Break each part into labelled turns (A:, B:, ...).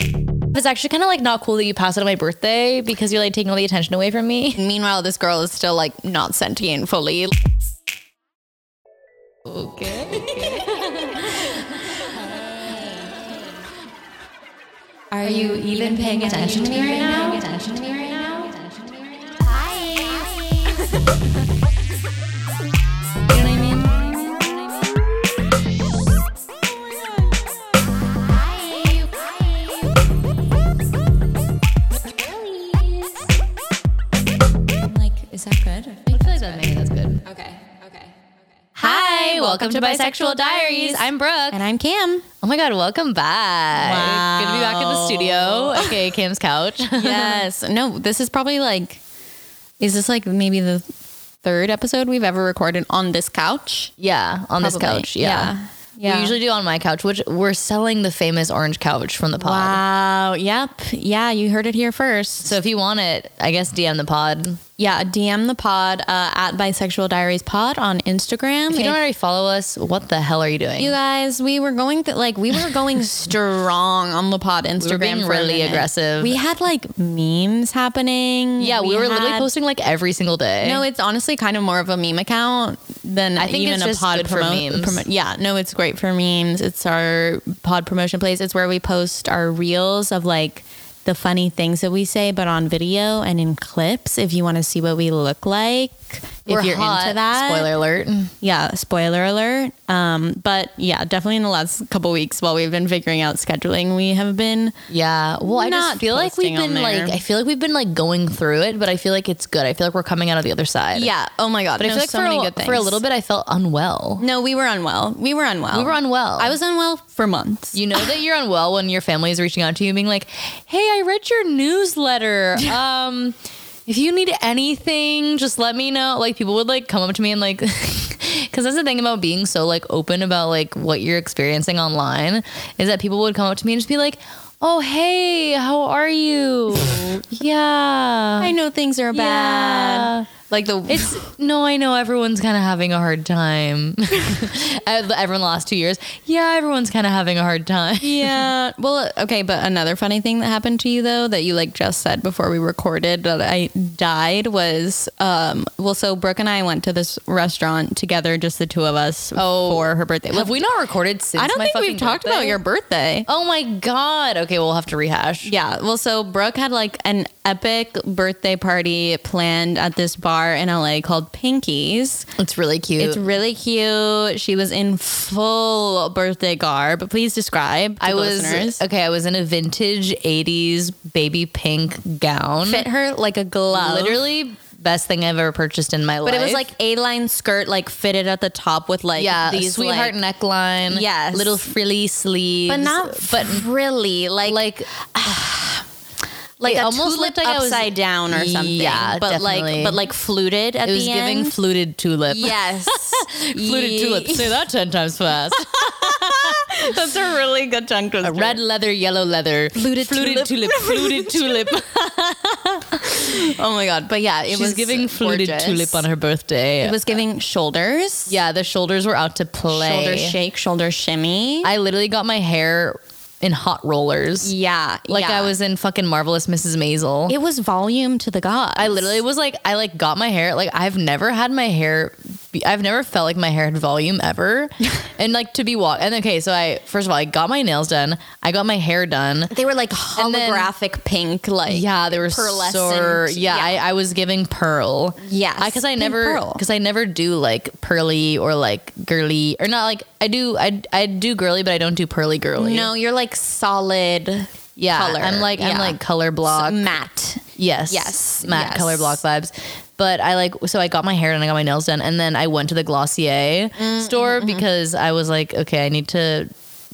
A: it's actually kind of like not cool that you pass it on my birthday because you're like taking all the attention away from me.
B: Meanwhile, this girl is still like not sentient fully.
A: Okay.
C: Are you even paying attention to me right now? Like, is that good? I feel like that maybe that's good. Okay. Okay.
A: Hi, welcome to Bisexual Diaries. I'm Brooke.
B: And I'm Cam.
A: Oh my God, welcome back.
B: Wow.
A: Good to be back in the studio. Okay, Cam's couch.
B: Yes. No, this is probably like, is this like maybe the third episode we've ever recorded on this couch?
A: yeah, on this
B: Probably.
A: couch. Yeah.
B: Yeah. Yeah.
A: We usually do on my couch, which we're selling the famous orange couch from the pod.
B: Wow. Yep. Yeah, you heard it here first.
A: So if you want it, I guess DM the pod. If
B: Yeah, DM the pod uh, at Bisexual Diaries Pod on Instagram.
A: you
B: If-
A: don't already follow us, what the hell are you doing?
B: You guys, we were going th- like we were going strong on the pod Instagram.
A: being
B: for a
A: really
B: minute.
A: aggressive.
B: We had like memes happening.
A: yeah, we, were literally
B: had-
A: posting like every single day.
B: No, it's honestly kind of more of a meme account than I
A: think
B: even
A: it's
B: a
A: just
B: pod
A: good for
B: promo-
A: memes.
B: promo- yeah, no, it's great for memes. It's our pod promotion place. It's where we post our reels of like the funny things that we say, but on video and in clips. If you want to see what we look like,
A: We're
B: if you're
A: hot.
B: into that,
A: Spoiler alert.
B: yeah, spoiler alert. Um, but yeah, definitely in the last couple weeks while we've been figuring out scheduling, we have been
A: Yeah. Well, I
B: Not
A: just feel like we've
B: posting
A: been
B: on there.
A: like I feel like we've been like going through it, but I feel like it's good. I feel like we're coming out of the other side.
B: yeah. Oh my god,
A: But I feel like for, a, for a little bit I felt unwell.
B: No, we were unwell. We were unwell.
A: We were unwell.
B: I was unwell for months.
A: you know that you're unwell when your family is reaching out to you being like, "Hey, I read your newsletter. Um if you need anything, just let me know." Like people would like come up to me and like cuz that's the thing about being so like open about like what you're experiencing online is that people would come up to me and just be like, "Oh, hey, how are you?" yeah.
B: I know things are bad.
A: Yeah.
B: Like the
A: It's no, I know everyone's kind of having a hard time. Ev- Everyone the last two years. Yeah, everyone's kind of having a hard time.
B: yeah. Well, okay, but another funny thing that happened to you though that you like just said before we recorded that I died was um well so Brooke and I went to this restaurant together just the two of us
A: Oh.
B: for her birthday.
A: Have we not recorded since?
B: I don't
A: my
B: think
A: fucking
B: we've talked
A: birthday?
B: about your birthday.
A: Oh my god. Okay, we'll have to rehash.
B: Yeah. Well, so Brooke had like an epic birthday party planned at this bar in LA called Pinkies.
A: It's really cute.
B: It's really cute. She was in full birthday garb. Please describe. To
A: I
B: the
A: was
B: listeners.
A: okay. I was in a vintage '80s baby pink gown.
B: fit her like a glove.
A: Literally best thing I've ever purchased in my
B: But
A: life.
B: it was like a line skirt, like fitted at the top with like
A: yeah,
B: these
A: sweetheart
B: like,
A: neckline.
B: Yes.
A: little frilly sleeves,
B: but not but really like
A: like
B: like
A: it
B: a
A: almost
B: tulip
A: looked like I was-
B: upside down or something.
A: Yeah,
B: but
A: definitely.
B: like but like fluted at
A: It was
B: the
A: giving
B: end.
A: fluted tulip.
B: yes,
A: Fluted
B: Ye-
A: tulip. Say that 10 times fast.
B: That's a really good tongue twister.
A: Red leather, yellow leather.
B: Fluted
A: fluted tulip.
B: tulip.
A: Fluted tulip.
B: Oh my god! But yeah, it
A: She's
B: was
A: giving fluted
B: gorgeous.
A: tulip on her birthday.
B: It was giving shoulders,
A: yeah, the shoulders were out to play.
B: shoulder shake, shoulder shimmy.
A: I literally got my hair in hot rollers.
B: yeah,
A: Like I
B: yeah.
A: was in fucking Marvelous Mrs. Maisel.
B: It was volume to the god.
A: I literally was like, I like got my hair. Like I've never had my hair. Be, I've never felt like my hair had volume ever, and like to be walked. And okay, so I first of all, I got my nails done. I got my hair done.
B: They were like
A: And then-
B: holographic pink, like
A: Yeah, they were
B: pearlescent.
A: so. Yeah,
B: Yeah.
A: I, I was giving pearl.
B: Yes,
A: because I
B: pink
A: never
B: pearl.
A: because I never do like pearly or like girly or not like I do I I do girly, but I don't do pearly girly.
B: No, you're like solid.
A: yeah,
B: color.
A: I'm like I'm
B: Yeah.
A: like color block.
B: matte.
A: Yes.
B: Yes,
A: Matte
B: yes.
A: color block vibes. But I like, so I got my hair done, I got my nails done, and then I went to the Glossier
B: Mm-hmm.
A: store because I was like, okay, I need to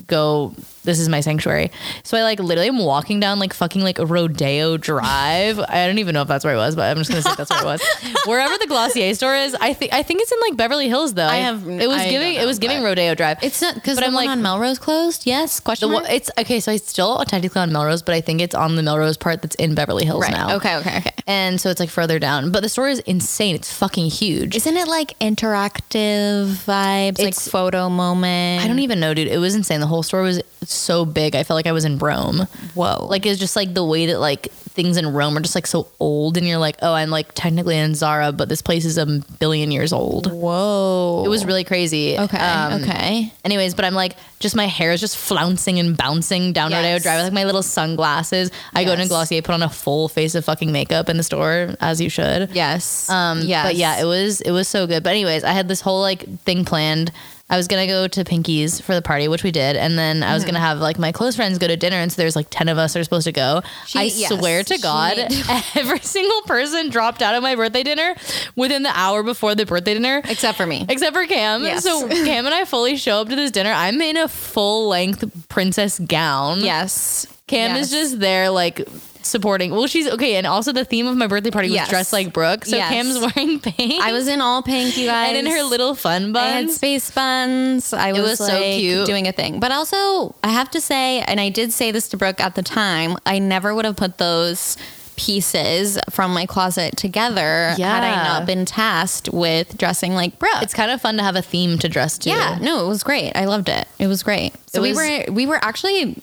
A: go. This is my sanctuary. So I like literally am walking down like fucking like Rodeo Drive. I don't even know if that's where it was, but I'm just gonna say that's where it was. Wherever the Glossier store is, I think I think it's in like Beverly Hills though.
B: I have-
A: it was
B: I
A: giving
B: don't
A: it was
B: know,
A: giving
B: but-
A: Rodeo Drive.
B: It's not because
A: But
B: the
A: I'm
B: one
A: like-
B: on Melrose closed. Yes, question
A: Well,
B: mark.
A: it's okay, so it's still technically on Melrose, but I think it's on the Melrose part that's in Beverly Hills
B: right.
A: now.
B: Okay. Okay. Okay.
A: And so it's like further down. But the store is insane. It's fucking huge.
B: Isn't it like interactive vibes, like
A: It's-
B: photo moment?
A: I don't even know, dude. It was insane. The whole store was so big. I felt like I was in Rome.
B: Whoa.
A: Like it's just like the way that like things in Rome are just like so old, and you're like, oh, I'm like technically in Zara, but this place is a billion years old.
B: whoa.
A: It was really crazy.
B: Okay.
A: Um,
B: okay.
A: Anyways, but I'm like, just my hair is just flouncing and bouncing down Rodeo
B: Yes.
A: Drive with like my little sunglasses. I go to
B: Yes.
A: Glossier, put on a full face of fucking makeup in the store, as you should.
B: Yes.
A: Um,
B: Yes.
A: But yeah, it was it was so good. But anyways, I had this whole like thing planned. I was gonna go to Pinky's for the party, which we did, and then I
B: Mm-hmm.
A: was gonna have like my close friends go to dinner. And so there's like ten of us that are supposed to go.
B: She-
A: I
B: yes,
A: swear to
B: she-
A: God, every single person dropped out of my birthday dinner within the hour before the birthday dinner.
B: except for me.
A: Except for Cam.
B: Yes.
A: So Cam and I fully show up to this dinner. I'm in a full length princess gown.
B: yes.
A: Cam is
B: Yes.
A: just there, like supporting. Well, she's okay. And also, the theme of my birthday party was
B: Yes.
A: dressed like Brooke. So
B: Yes.
A: Cam's wearing pink.
B: I was in all pink, you guys.
A: and in her little fun
B: I had
A: buns.
B: space buns. I was,
A: was so
B: like,
A: cute.
B: doing a thing. But also, I have to say, and I did say this to Brooke at the time, I never would have put those pieces from my closet together had I
A: Yeah.
B: not been tasked with dressing like Brooke.
A: It's kind of fun to have a theme to dress to.
B: yeah, no, it was great. I loved it. It was great. So
A: It
B: we
A: was-
B: were we were actually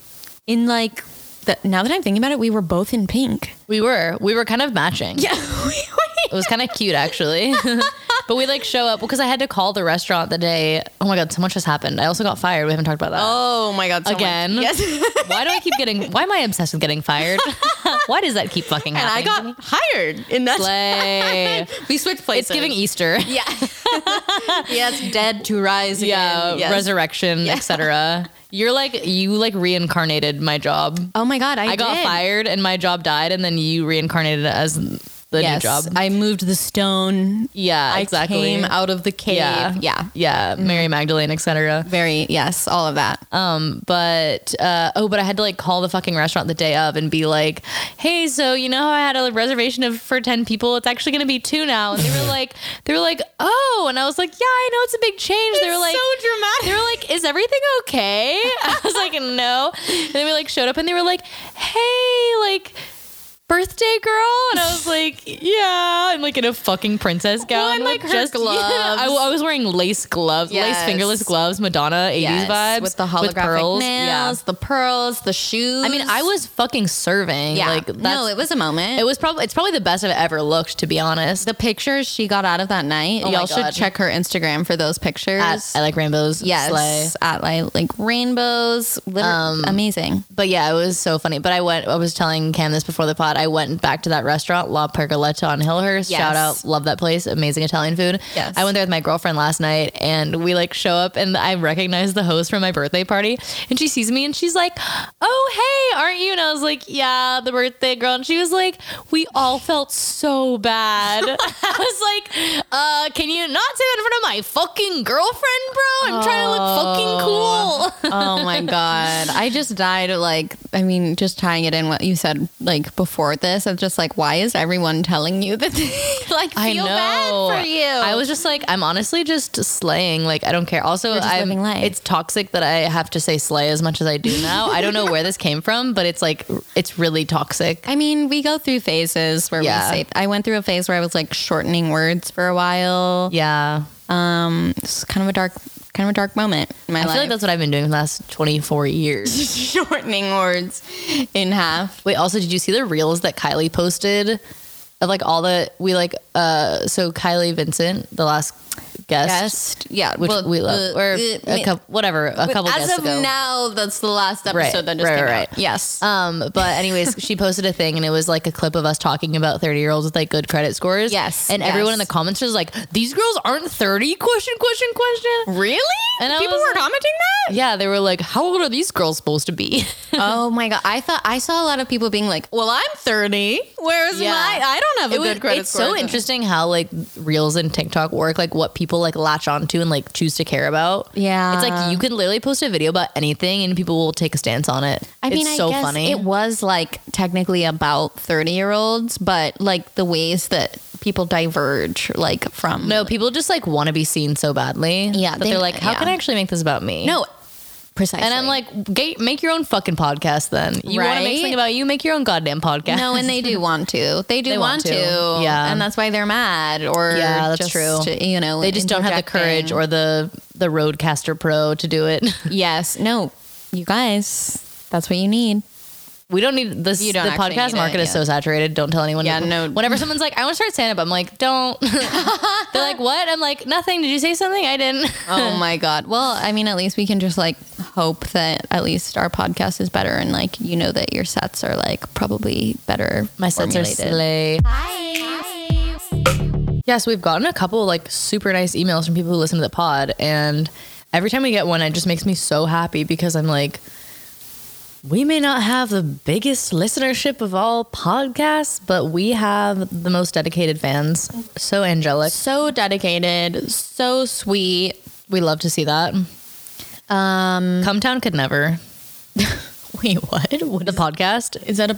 B: in like the, now that I'm thinking about it, we were both in pink.
A: We were. We were kind of matching.
B: Yeah.
A: It was kind of cute, actually. but we like show up because I had to call the restaurant the day. Oh my God, so much has happened. I also got fired. We haven't talked about that.
B: oh my god,
A: Again. why do I keep getting? Why am I obsessed with getting fired? why does that keep fucking
B: And I
A: happening?
B: got hired in that.
A: Slay.
B: we switched places.
A: it's giving Easter,
B: Yeah. yes, dead to rise
A: yeah,
B: again. Yes.
A: resurrection, etc. You're like you like reincarnated my job.
B: Oh my god, I,
A: I, got
B: did.
A: fired and my job died, and then you reincarnated it as the
B: Yes,
A: new job.
B: I moved the stone.
A: yeah,
B: I
A: exactly.
B: came out of the cave.
A: yeah, yeah. Mary Magdalene, etc.
B: Very yes, all of that.
A: Um, but uh, oh, but I had to like call the fucking restaurant the day of and be like, "Hey, so you know how I had a reservation of for ten people? It's actually gonna be two now." And they were like, "They were like, oh," and I was like, "Yeah, I know it's a big change." they were like,
B: so dramatic.
A: They were like, "Is everything okay?" I was like, "No," and then we like showed up and they were like, "Hey, like." Birthday girl, and I was like, yeah, I'm like in a fucking princess gown,
B: and, like,
A: with
B: her
A: just
B: gloves.
A: Yeah, I, I was wearing lace gloves, lace
B: Yes.
A: fingerless gloves, Madonna 80s
B: Yes,
A: vibes
B: with the holographic
A: pearls. Yeah.
B: nails, the pearls, the shoes.
A: I mean, I was fucking serving.
B: yeah.
A: Like that's,
B: no, it was a moment.
A: it was probably it's probably the best I've ever looked, to be honest.
B: the pictures she got out of that night.
A: Oh my
B: Y'all should
A: God.
B: check her Instagram for those pictures.
A: At, I like rainbows.
B: yes,
A: slay. Um,
B: at like, like rainbows. Liter- amazing.
A: But yeah, it was so funny. But I went. I was telling Cam this before the pod. I went back to that restaurant, La Pergoletta on Hillhurst.
B: Yes.
A: Shout out, love that place. Amazing Italian food.
B: Yes.
A: I went there with my girlfriend last night, and we like show up, and I recognize the host from my birthday party, and she sees me, and she's like, "Oh, hey, aren't you?" And I was like, "Yeah, the birthday girl." And she was like, "We all felt so bad." I was like, "Uh, can you not say that in front of my fucking girlfriend, bro? I'm trying to look fucking cool."
B: oh my god i just died like i mean just tying it in what you said like before this i'm just like why is everyone telling you that they like feel
A: I know.
B: bad for you
A: I was just like, I'm honestly just slaying. Like, I don't care. Also,
B: just
A: I'm,
B: living life.
A: it's toxic that I have to say slay as much as I do now. I don't know where this came from, but it's like, it's really toxic.
B: I mean, we go through phases where
A: Yeah.
B: we say. I went through a phase where I was like shortening words for a while.
A: Yeah.
B: Um, it's kind of a dark, kind of a dark moment in my
A: I
B: life.
A: feel like that's what I've been doing the last 24 years.
B: shortening words in half.
A: Wait, also, did you see the reels that Kylie posted of like all the, we like, uh, so Kylie Vincent, the last guest.
B: Guest, yeah,
A: Which
B: well,
A: we love,
B: uh,
A: or
B: uh,
A: a couple, whatever, a
B: but
A: couple
B: As
A: guests
B: of
A: ago.
B: now, that's the last episode
A: Right,
B: that just
A: right,
B: came
A: right.
B: out. Yes,
A: Um, but anyways, she posted a thing and it was like a clip of us talking about 30 year olds with like good credit scores.
B: Yes,
A: And everyone in the
B: yes.
A: comments was like, these girls aren't 30 question, question, question.
B: Really?
A: And I
B: people
A: was
B: were
A: like-
B: commenting that?
A: Yeah. They were like, how old are these girls supposed to be?
B: oh my god! I thought I saw a lot of people being like, "Well, I'm 30. Where's
A: Yeah.
B: my? I don't have a
A: It was-
B: good credit
A: it's
B: score."
A: so interesting how like reels and TikTok work, like what people like latch onto and like choose to care about.
B: Yeah.
A: It's like you can literally post a video about anything and people will take a stance on it.
B: I mean,
A: it's
B: I
A: so
B: guess
A: funny.
B: it was like technically about 30 year olds, but like the ways that people diverge, like from
A: no, people just like want to be seen so badly.
B: Yeah,
A: That
B: they-
A: they, are like, how
B: yeah.
A: can I actually make this about me?
B: no, precisely.
A: And I'm like, get, make your own fucking podcast then. You want to
B: Right?
A: make something about you? Make your own goddamn podcast.
B: no, and they do want to. They do
A: They
B: want,
A: want to.
B: to.
A: Yeah.
B: and that's why they're mad. Or
A: Yeah, that's
B: just,
A: true.
B: You know,
A: they just don't have the
B: interjecting.
A: courage or the the Roadcaster Pro to do it.
B: yes, no. you guys, that's what you need.
A: We don't need this.
B: You don't
A: the
B: actually
A: podcast
B: need it,
A: market is
B: yeah.
A: so saturated. Don't tell anyone.
B: Yeah, no.
A: Whenever someone's like, I want to start stand up, I'm like, don't. They're like, what? I'm like, nothing. Did you say something? I didn't.
B: Oh my god. Well, I mean, at least we can just like hope that at least our podcast is better and like you know that your sets are like probably better.
A: My sets are
B: formulated.
A: slay. Yes, we've gotten a couple like super nice emails from people who listen to the pod, and every time we get one, it just makes me so happy because I'm like, we may not have the biggest listenership of all podcasts, but we have the most dedicated fans. So angelic.
B: so dedicated, so sweet.
A: We love to see that.
B: Um,
A: Come Town could never.
B: wait, what? What
A: The
B: is,
A: podcast.
B: is that a?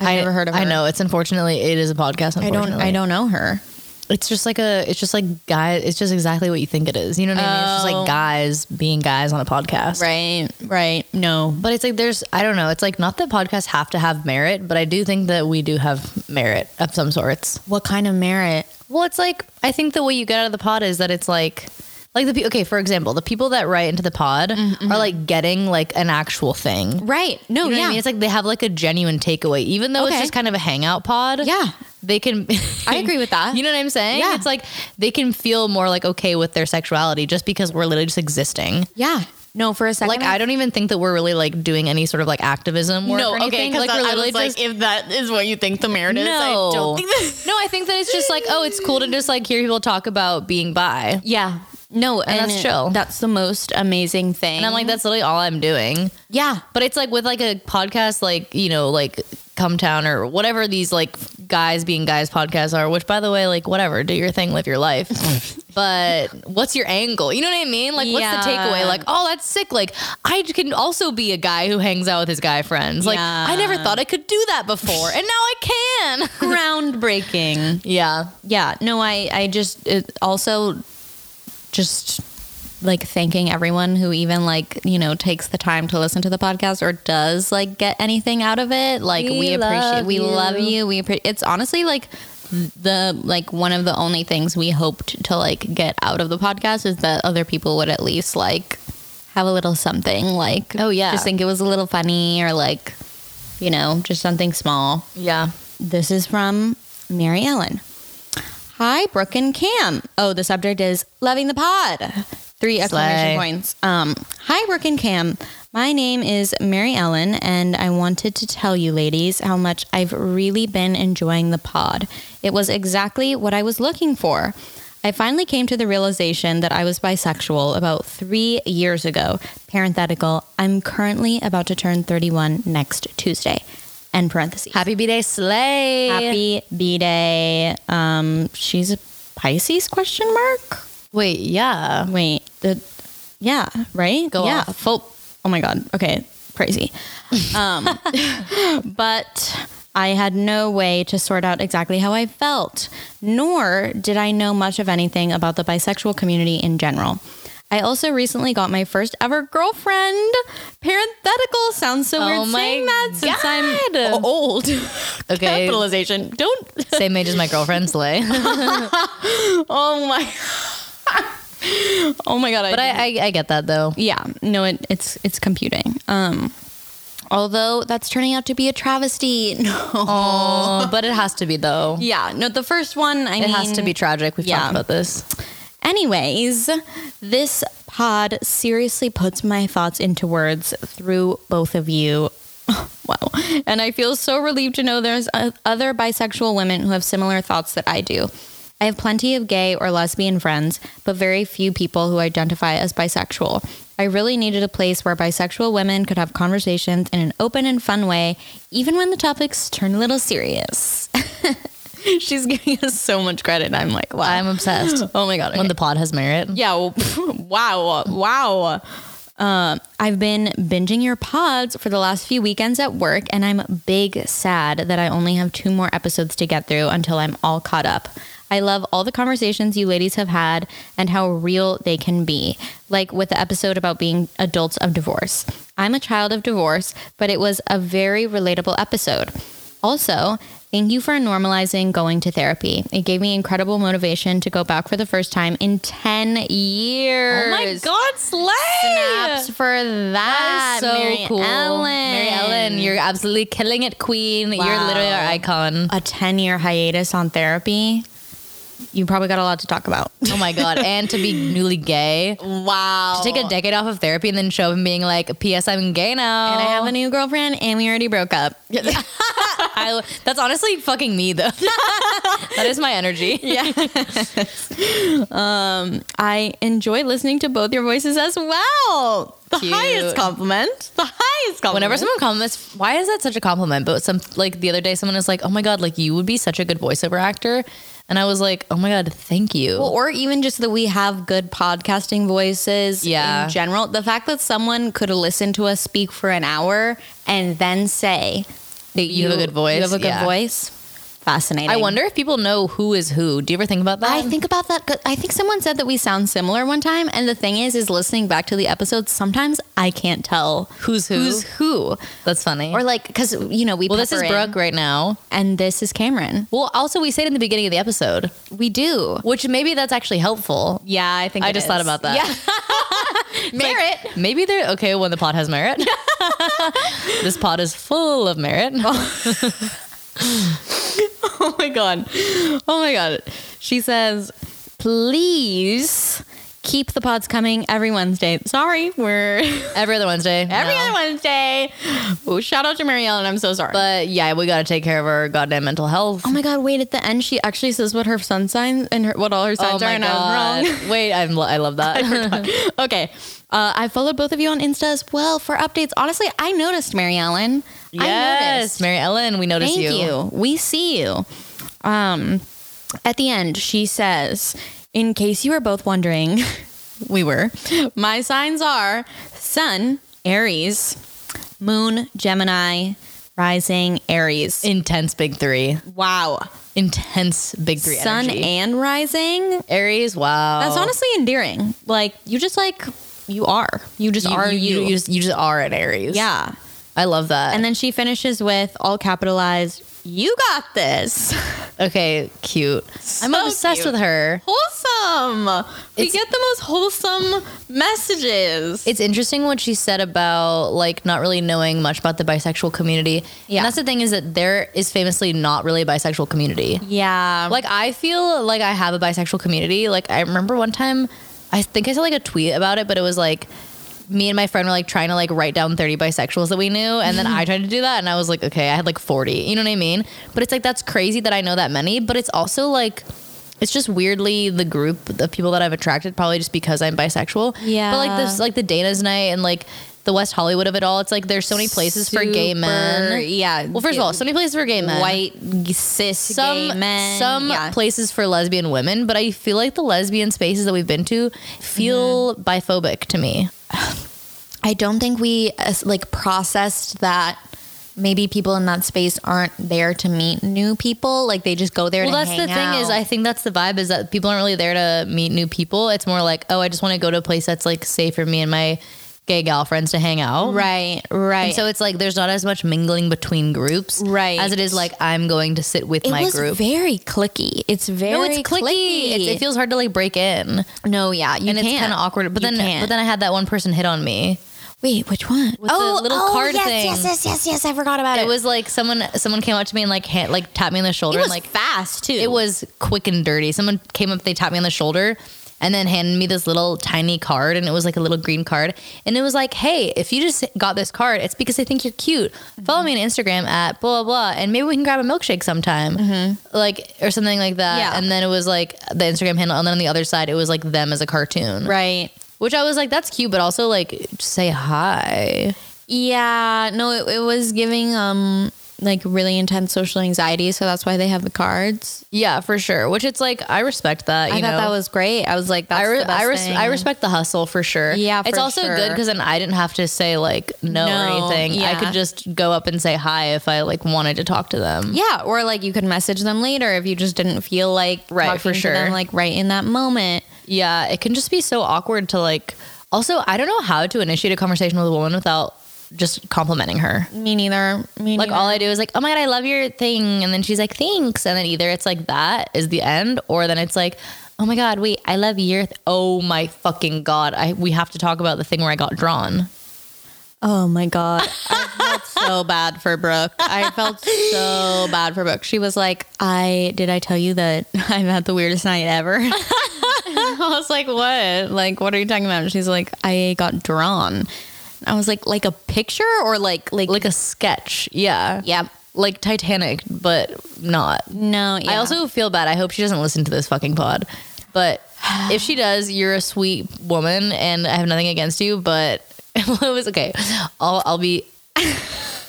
B: I've
A: I-
B: never heard of.
A: I
B: her.
A: know it's unfortunately it is a podcast.
B: I don't.
A: unfortunately.
B: I don't know her.
A: It's just like a, it's just like guy. It's just exactly what you think it is. You know what I mean? It's just
B: Oh.
A: like guys being guys on a podcast.
B: Right. Right. No.
A: But it's like there's, I don't know. It's like not that podcasts have to have merit, but I do think that we do have merit of some sorts.
B: What kind of merit?
A: Well, it's like I think the way you get out of the pod is that it's like, like the pe- okay, for example, the people that write into the pod are like getting like an actual thing.
B: Right. No.
A: You know
B: yeah.
A: what I mean? It's like they have like a genuine takeaway, even though it's
B: Okay.
A: just kind of a hangout pod.
B: yeah.
A: they can
B: I agree with that.
A: You know what I'm saying?
B: Yeah.
A: It's like they can feel more like okay with their sexuality just because we're literally just existing.
B: Yeah. No. For a second.
A: Like I don't even think that we're really like doing any sort of like activism work or anything. like we're literally just
B: if that is what you think the merit
A: no. no, I think that it's just like oh, it's cool to just like hear people talk about being bi.
B: Yeah. No, and,
A: that's chill.
B: That's the most amazing thing.
A: And I'm like that's literally all I'm doing.
B: yeah,
A: But it's like with like a podcast like, you know, like Come Town or whatever these like guys being guys podcasts are, which by the way, like whatever, do your thing, live your life. but what's your angle? You know what I mean? Like what's the
B: Yeah.
A: takeaway? Like, oh, that's sick. Like I can also be a guy who hangs out with his guy friends. Like
B: Yeah.
A: I never thought I could do that before and now I can.
B: groundbreaking.
A: yeah.
B: Yeah, no, I, I just it also just like thanking everyone who even like you know takes the time to listen to the podcast or does like get anything out of it. Like we,
A: We
B: appreciate,
A: love
B: we
A: you.
B: love you. We appre- it's honestly like the like one of the only things we hoped to like get out of the podcast is that other people would at least like have a little something like
A: Oh, yeah.
B: just think it was a little funny or like you know just something small
A: Yeah.
B: this is from Mary Ellen. Hi, Brooke and Cam. Oh, the subject is loving the pod. Three
A: Slay.
B: exclamation points. Um, hi, Brooke and Cam. My name is Mary Ellen, and I wanted to tell you ladies how much I've really been enjoying the pod. It was exactly what I was looking for. I finally came to the realization that I was bisexual about three years ago. Parenthetical, I'm currently about to turn 31 next Tuesday. End parentheses.
A: Happy B Day Slay.
B: Happy B Day. Um, she's a Pisces question mark.
A: Wait, yeah.
B: Wait, the yeah, right?
A: Go
B: yeah,
A: off.
B: full. Oh my god. Okay, crazy. Um, but I had no way to sort out exactly how I felt, nor did I know much of anything about the bisexual community in general. I also recently got my first ever girlfriend. Parenthetical sounds so
A: Oh
B: weird
A: my
B: saying that since I'm
A: God.
B: o- old.
A: Okay.
B: Capitalization. Don't
A: Same age as my girlfriend Slay.
B: Oh my. oh my god.
A: But I, I I get that though.
B: yeah, no, it, it's it's computing. Um, although that's turning out to be a travesty. No.
A: Oh, but it has to be though.
B: Yeah, no, the first one. I
A: It
B: mean,
A: has to be tragic. We've
B: yeah.
A: talked about this.
B: Anyways, this pod seriously puts my thoughts into words through both of you. wow. And I feel so relieved to know there's uh, other bisexual women who have similar thoughts that I do. I have plenty of gay or lesbian friends, but very few people who identify as bisexual. I really needed a place where bisexual women could have conversations in an open and fun way, even when the topics turn a little serious. She's giving us so much credit. and I'm like, wow.
A: I'm obsessed.
B: oh my God. okay.
A: When the pod has merit.
B: Yeah. Well, wow. Wow. Uh, I've been binging your pods for the last few weekends at work, and I'm big sad that I only have two more episodes to get through until I'm all caught up. I love all the conversations you ladies have had and how real they can be, like with the episode about being adults of divorce. I'm a child of divorce, but it was a very relatable episode. Also, thank you for normalizing going to therapy. It gave me incredible motivation to go back for the first time in 10 years.
A: Oh my God, slay!
B: Snaps for that.
A: That is so
B: Mary
A: cool.
B: Ellen.
A: Mary Ellen, you're absolutely killing it, queen. You're
B: Wow.
A: literally our icon.
B: a 10 year hiatus on therapy. You probably got a lot to talk about.
A: Oh my God. and to be newly gay.
B: Wow.
A: Take a decade off of therapy and then show up and being like, P.S. I'm gay now.
B: And I have a new girlfriend, and we already broke up.
A: I, that's honestly fucking me though. that is my energy.
B: I enjoy listening to both your voices as well. The
A: Cute.
B: highest compliment. The highest compliment.
A: Whenever someone comments, why is that such a compliment? But some like the other day, someone is like, "Oh my god, like you would be such a good voiceover actor," and I was like, "Oh my god, thank you."
B: Well, or even just that we have good podcasting voices
A: Yeah.
B: in general. The fact that someone could listen to us speak for an hour and then say that you,
A: have a good voice,
B: You have a good
A: yeah.
B: voice. Fascinating.
A: I wonder if people know who is who. Do you ever think about that?
B: I think about that. 'cause I think someone said that we sound similar one time, and the thing is, is listening back to the episodes, sometimes I can't tell
A: who's who.
B: who's who,
A: that's funny.
B: or like because you know we.
A: well, this is
B: pepper in,
A: Brooke right now.
B: and this is Cameron.
A: Well, also we say it in the beginning of the episode,
B: We do.
A: which maybe that's actually helpful.
B: Yeah, I think
A: I
B: it
A: just thought
B: is.
A: about that.
B: Yeah, merit.
A: Maybe they're okay when the pod has merit. this pod is full of merit.
B: oh my god. Oh my god. She says, please keep the pods coming every Wednesday. Sorry, we're every
A: Every other Wednesday. no.
B: other Wedesday. Oh, shout out to Mary Ellen. I'm so sorry.
A: But yeah, we gotta take care of our goddamn mental health.
B: oh my god, wait, at the end she actually says what her sun sign and her, what all her signs are, and I was wrong.
A: Oh Wait, I'm, I love that.
B: okay. Uh, I followed both of you on Insta as well for updates. Honestly, I noticed Mary Ellen. I noticed.
A: yes, Mary Ellen, we notice
B: Thank you. We see you. Um, at the end, she says, in case you were both wondering, we were, my signs are Sun, Aries, Moon, Gemini, Rising, Aries.
A: Intense big three.
B: wow.
A: Intense big three.
B: Sun
A: energy.
B: and Rising.
A: Aries. Wow.
B: That's honestly endearing. Like, you just like, you are. You just
A: You,
B: are
A: you, you,
B: you.
A: just, you just are an Aries.
B: yeah.
A: I love that.
B: And then she finishes with all capitalized, you got this.
A: okay, cute. I'm
B: So
A: obsessed
B: cute.
A: with her.
B: wholesome. We
A: It's-
B: get the most wholesome messages.
A: It's interesting what she said about like not really knowing much about the bisexual community.
B: Yeah.
A: And that's the thing is that there is famously not really a bisexual community.
B: yeah.
A: Like I feel like I have a bisexual community. Like I remember one time, I think I saw like a tweet about it, but it was like me and my friend were like trying to like write down 30 bisexuals that we knew and then I tried to do that and I was like okay I had like 40 you know what I mean but it's like that's crazy that I know that many but it's also like it's just weirdly the group of people that I've attracted probably just because I'm bisexual but like
B: Yeah.
A: this like the Dana's night and like the West Hollywood of it all it's like there's so many places for gay
B: Super-
A: men
B: Yeah.
A: well first of all so many places for gay men
B: white cis
A: some
B: gay men.
A: some
B: yeah.
A: places for lesbian women, but I feel like the lesbian spaces that we've been to feel
B: Mm-hmm.
A: biphobic to me.
B: I don't think we uh, like processed that. Maybe people in that space aren't there to meet new people. Like they just go there.
A: Well,
B: to
A: that's the
B: hang
A: thing is,
B: out.
A: I think that's the vibe is that people aren't really there to meet new people. It's more like, oh, I just want to go to a place that's like safe for me and my gay gal friends to hang out.
B: right, right.
A: And so it's like there's not as much mingling between groups,
B: Right.
A: As it is like I'm going to sit with
B: it
A: my
B: was
A: group.
B: very clicky. It's very
A: no, it's clicky. It's, it feels hard to like break in,
B: no, yeah, you
A: and
B: can't.
A: it's kind of awkward. But
B: You
A: then,
B: can't.
A: but then I had that one person hit on me.
B: wait, which one? Oh,
A: With the little card
B: yes,
A: thing.
B: Yes, yes, yes, yes. I forgot about it.
A: It was like someone someone came up to me and like hand, like tapped me on the shoulder
B: It was
A: and like
B: fast too.
A: it was quick and dirty. Someone came up, they tapped me on the shoulder and then handed me this little tiny card and it was like a little green card and it was like, "Hey, if you just got this card, it's because I think you're cute. Follow me on Instagram at blah blah blah and maybe we can grab a milkshake sometime." Like or something like that.
B: Mm-hmm. Yeah.
A: And then it was like the Instagram handle and then on the other side it was like them as a cartoon.
B: right.
A: Which I was like, "That's cute, but also like just say hi."
B: Yeah, no, it, it was giving um like really intense social anxiety, so that's why they have the cards.
A: Yeah, for sure. Which it's like I respect that, you
B: I thought
A: know.
B: that was great. I was like, that's
A: I, re-
B: the best
A: I, res-
B: thing.
A: I respect the hustle for sure.
B: Yeah,
A: it's
B: for
A: also
B: sure.
A: good because then I didn't have to say like no,
B: No,
A: or anything. I
B: yeah.
A: could just go up and say hi if I like wanted to talk to them.
B: Yeah, or like you could message them later if you just didn't feel like
A: Right,
B: talking
A: for
B: to
A: sure.
B: them, like right in that moment.
A: Yeah, it can just be so awkward to like. Also, I don't know how to initiate a conversation with a woman without just complimenting her.
B: Me neither. Me
A: Like
B: neither.
A: all I do is like, oh my god, I love your thing, and then she's like, thanks, and then either it's like that is the end, or then it's like, oh my god, wait, I love your. Th- oh my fucking god, I we have to talk about the thing where I got drawn.
B: Oh my god, I felt so bad for Brooke. I felt so bad for Brooke. She was like, "I did I tell you that I've had the weirdest night ever?" I was like, "What? Like, what are you talking about?" And she's like, "I got drawn." I was like, "Like a picture or like like
A: like a sketch. Yeah.
B: yeah
A: Like Titanic, but not.
B: no."
A: I
B: yeah.
A: also feel bad. I hope she doesn't listen to this fucking pod. But if she does, you're a sweet woman and I have nothing against you, but well, it was okay. I'll, I'll be.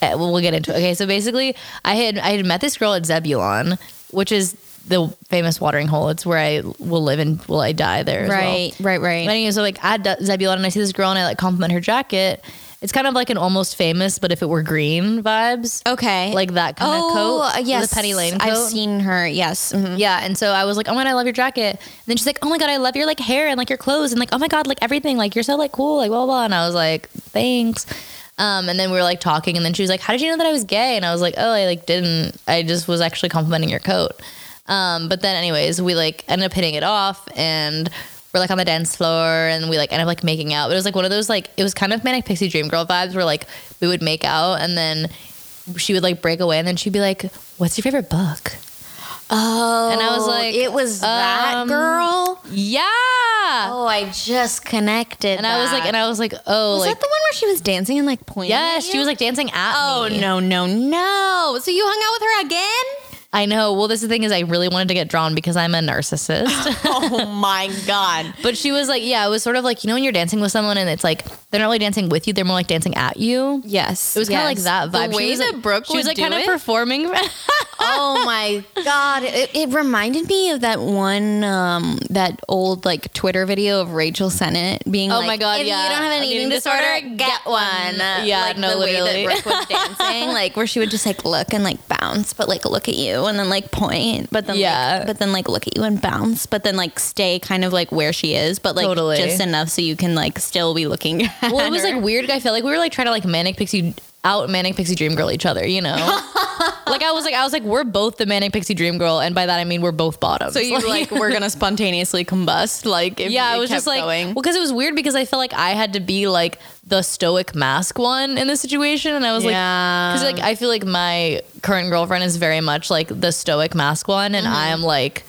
A: Eh, we'll, we'll get into it. Okay, so basically, I had I had met this girl at Zebulon, which is the famous watering hole. It's where I will live and will I die there. as well.
B: right, right, right,
A: But anyway, so like at Du- Zebulon, and I see this girl, and I like compliment her jacket. It's kind of like an almost famous, but if it were green vibes.
B: Okay,
A: Like that kind
B: oh
A: of coat.
B: yes,
A: The Penny Lane coat.
B: I've seen her. Yes, mhm.
A: Yeah, and so I was like, "Oh my god, I love your jacket." And then she's like, "Oh my god, I love your like hair and like your clothes and like oh my god, like everything. Like you're so like cool, like blah blah." blah. And I was like, "Thanks." Um, and then we were like talking, and then she was like, "How did you know that I was gay?" And I was like, "Oh, I like didn't. I just was actually complimenting your coat." Um, but then anyways, we like ended up hitting it off, and we're like on the dance floor, and we like ended up like making out. But it was like one of those like it was kind of manic pixie dream girl vibes where like we would make out, and then she would like break away, and then she'd be like, "What's your favorite book?"
B: Oh,
A: And I was like,
B: it was that
A: um,
B: girl.
A: Yeah.
B: Oh, I just connected.
A: and I was like, and I was like, oh,
B: was
A: like,
B: that the one where she was dancing and like pointing?
A: yeah,
B: at
A: she
B: you?
A: was like dancing at
B: Oh
A: me.
B: no, no, no! So you hung out with her again?
A: I know. Well, this is the thing is, I really wanted to get drawn because I'm a narcissist.
B: oh my god!
A: but she was like, yeah, it was sort of like you know when you're dancing with someone and it's like they're not really dancing with you, they're more like dancing at you.
B: Yes,
A: It was kind of
B: yes.
A: like that vibe.
B: The way
A: she was
B: that
A: like,
B: Brooke
A: she was
B: would
A: like
B: do
A: kind of
B: it.
A: performing.
B: oh my god! It, it reminded me of that one, um, that old like Twitter video of Rachel Sennett being.
A: Oh
B: like,
A: my God,
B: If
A: yeah.
B: you don't have an eating disorder, get one.
A: Yeah,
B: like,
A: no,
B: the way
A: literally.
B: that Brooke was dancing, like where she would just like look and like bounce, but like look at you and then like point, but then
A: Yeah.
B: like, but then like look at you and bounce, but then like stay kind of like where she is, but like
A: Totally.
B: just enough so you can like still be looking. At
A: well, it was
B: her.
A: like weird. I felt like we were like trying to like manic pixie out manic pixie dream girl each other. You know. Like I was like I was like we're both the manic pixie dream girl and by that I mean we're both bottoms.
B: So you like we're gonna spontaneously combust like if
A: yeah,
B: it
A: I was just
B: kept
A: like,
B: going.
A: well, because it was weird because I felt like I had to be like the stoic mask one in this situation, and I was
B: Yeah.
A: like, because like I feel like my current girlfriend is very much like the stoic mask one, and I am like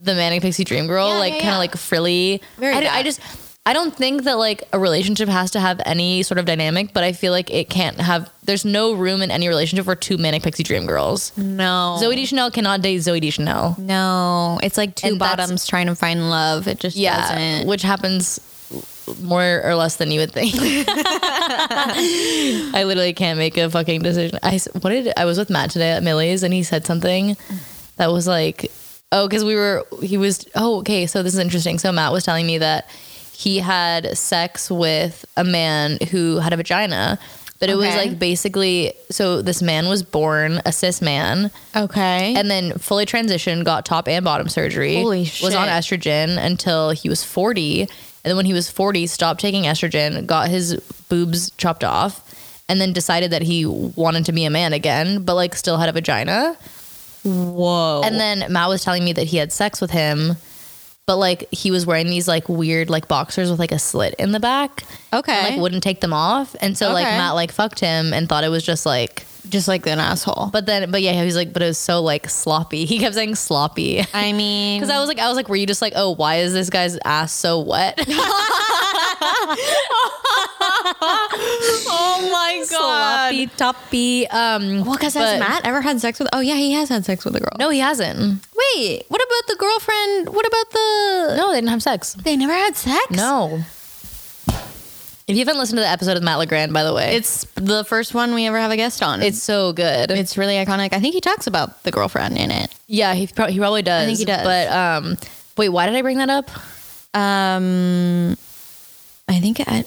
A: the manic pixie dream girl,
B: Mm-hmm. Yeah,
A: like
B: yeah,
A: kind
B: yeah.
A: of like frilly.
B: Very
A: I, d- I
B: that.
A: just. I don't think that like a relationship has to have any sort of dynamic, but I feel like it can't have. There's no room in any relationship for two manic pixie dream girls.
B: no,
A: Zoe Deschanel cannot date Zoe Deschanel.
B: no, it's like two
A: And that's-
B: bottoms trying to find love. It just
A: Yeah,
B: doesn't.
A: which happens more or less than you would think. I literally can't make a fucking decision. I s- what did I was with Matt today at Millie's and he said something that was like, oh, because we were he was oh okay. So this is interesting. So Matt was telling me that he had sex with a man who had a vagina, but it was
B: Okay.
A: like basically so this man was born a cis man
B: okay,
A: and then fully transitioned, got top and bottom surgery.
B: Holy
A: Was on
B: shit.
A: estrogen until he was 40. And then when he was 40, stopped taking estrogen, got his boobs chopped off, and then decided that he wanted to be a man again, but like still had a vagina.
B: whoa,
A: And then Matt was telling me that he had sex with him, but like he was wearing these like weird like boxers with like a slit in the back.
B: okay,
A: And, like wouldn't take them off. And so like
B: Eh? Okay.
A: Matt like fucked him and thought it was just like
B: just like an asshole.
A: but then but yeah, he was like, but it was so like sloppy. He kept saying sloppy.
B: I mean,
A: Because I was like, I was like, were you just like, oh, why is this guy's ass so wet?
B: oh my
A: Sloppy toppy. Um,
B: Well, because
A: but-
B: has Matt ever had sex with? Oh yeah, he has had sex with a girl.
A: No, he hasn't.
B: wait. What about the girlfriend? What about the?
A: No, they didn't have sex.
B: They never had sex.
A: No. If you haven't listened to the episode with Matt Legrand, by the way, it's
B: it's the first one we ever have a guest on.
A: it's so good.
B: it's really iconic. I think he talks about the girlfriend in it.
A: yeah, he probably he probably does.
B: think he does.
A: But um, wait, why did I bring that up?
B: Um, I think I,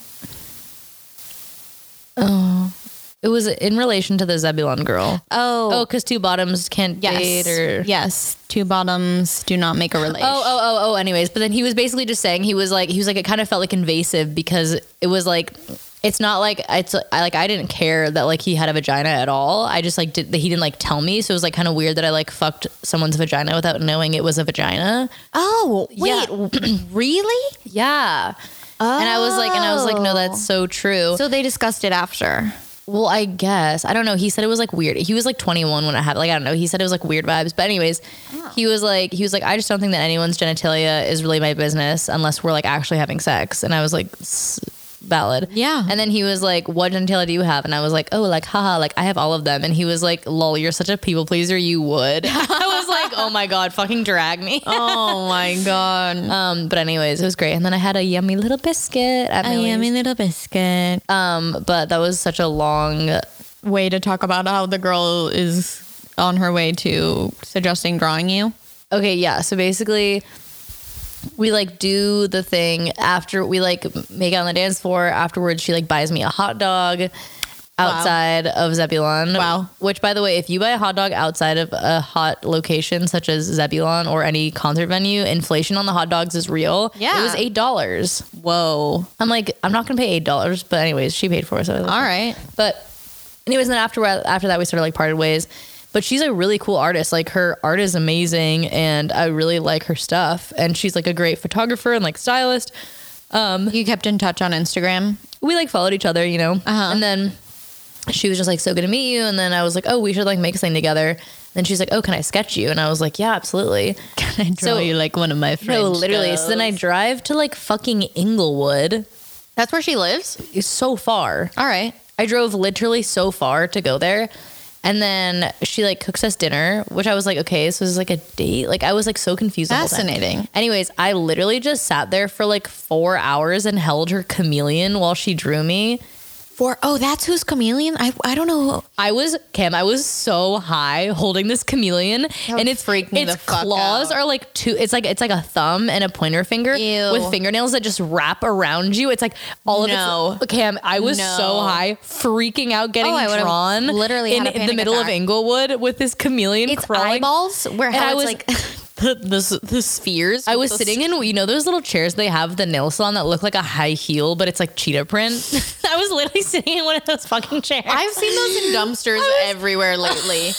A: It was in relation to the Zebulon girl. Oh,
B: oh
A: because two bottoms can't
B: yes
A: date or
B: yes two bottoms do not make a relation.
A: Oh, oh, oh, oh. Anyways, but then he was basically just saying he was like he was like it kind of felt like invasive because it was like it it's not like it's I like I didn't care that like he had a vagina at all. I just like did he didn't like tell me, so it was like kind of weird that I like fucked someone's vagina without knowing it was a vagina.
D: Oh,
A: Yeah.
D: wait, w- really?
A: Yeah. And I was like, and I was like, no, that's so true.
D: So they discussed it after.
A: Well, I guess. I don't know. He said it was like weird. He was like 21 when it happened. Like, I don't know. He said it was like weird vibes. But, anyways, he
B: Oh.
A: was like, he was like, I just don't think that anyone's genitalia is really my business unless we're like actually having sex. And I was like, "S- valid.
B: Yeah.
A: And then he was like, what genitalia do you have? And I was like, oh, like, haha, like I have all of them. And he was like, lol, you're such a people pleaser. You would. I was like, oh my God, fucking drag me.
B: Oh my god.
A: Um, but, anyways, it was great. And then I had a yummy little biscuit at my
B: I am a
A: Millie's.
B: little biscuit.
A: Um, but that was such a long
B: Way to talk about how the girl is on her way to suggesting drawing you.
A: okay yeah so basically we like do the thing after we like make out on the dance floor afterwards she like buys me a hot dog outside of zebulon
B: Wow.
A: which by the way if you buy a hot dog outside of a hot location such as zebulon or any concert venue inflation on the hot dogs is real
B: Yeah.
A: it was eight dollars
B: Whoa.
A: i'm like i'm not gonna pay eight dollars but anyways she paid for it so I was like,
B: All right.
A: but anyways, and then after after that, we sort of like parted ways. But she's a really cool artist. Like her art is amazing, and I really like her stuff. And she's like a great photographer and like stylist.
B: You kept in touch on Instagram.
A: We like followed each other, you know. And then she was just like, "So good to meet you." And then I was like, "Oh, we should like make something together." And then she's like, "Oh, can I sketch you?" And I was like, "Yeah, absolutely."
B: Can I draw
A: So-
B: you like one of my friends?
A: no, literally. So then I drive to like fucking Inglewood.
B: That's where she lives.
A: It's so far.
B: All right.
A: I drove literally so far to go there. And then she like cooks us dinner, which I was like, okay, this was like a date. Like I was like so confused. the whole time.
B: Fascinating.
A: Anyways, I literally just sat there for like four hours and held her chameleon while she drew me.
D: For oh, that's who's chameleon. I I don't know. Who,
A: I was Kim. I was so high holding this chameleon,
B: would
A: and it's
B: freak me
A: its
B: the fuck
A: claws
B: out.
A: are like two. It's like it's like a thumb and a pointer finger
B: Ew.
A: with fingernails that just wrap around you. It's like all of
B: No.
A: its. Cam, I was
B: No.
A: so high, freaking out, getting
D: Oh, I would've
A: drawn,
D: literally
A: in
D: had a
A: the
D: panic
A: middle of
D: attack.
A: Inglewood with this chameleon
D: it's
A: crawling.
D: eyeballs. Where
A: And
D: how
A: I
D: it's
A: was
D: like
B: The the, the spheres.
A: I was sitting in you know those little chairs they have the nail salon that look like a high heel, but it's like cheetah print. I was literally sitting in one of those fucking chairs.
B: I've seen those in dumpsters everywhere lately.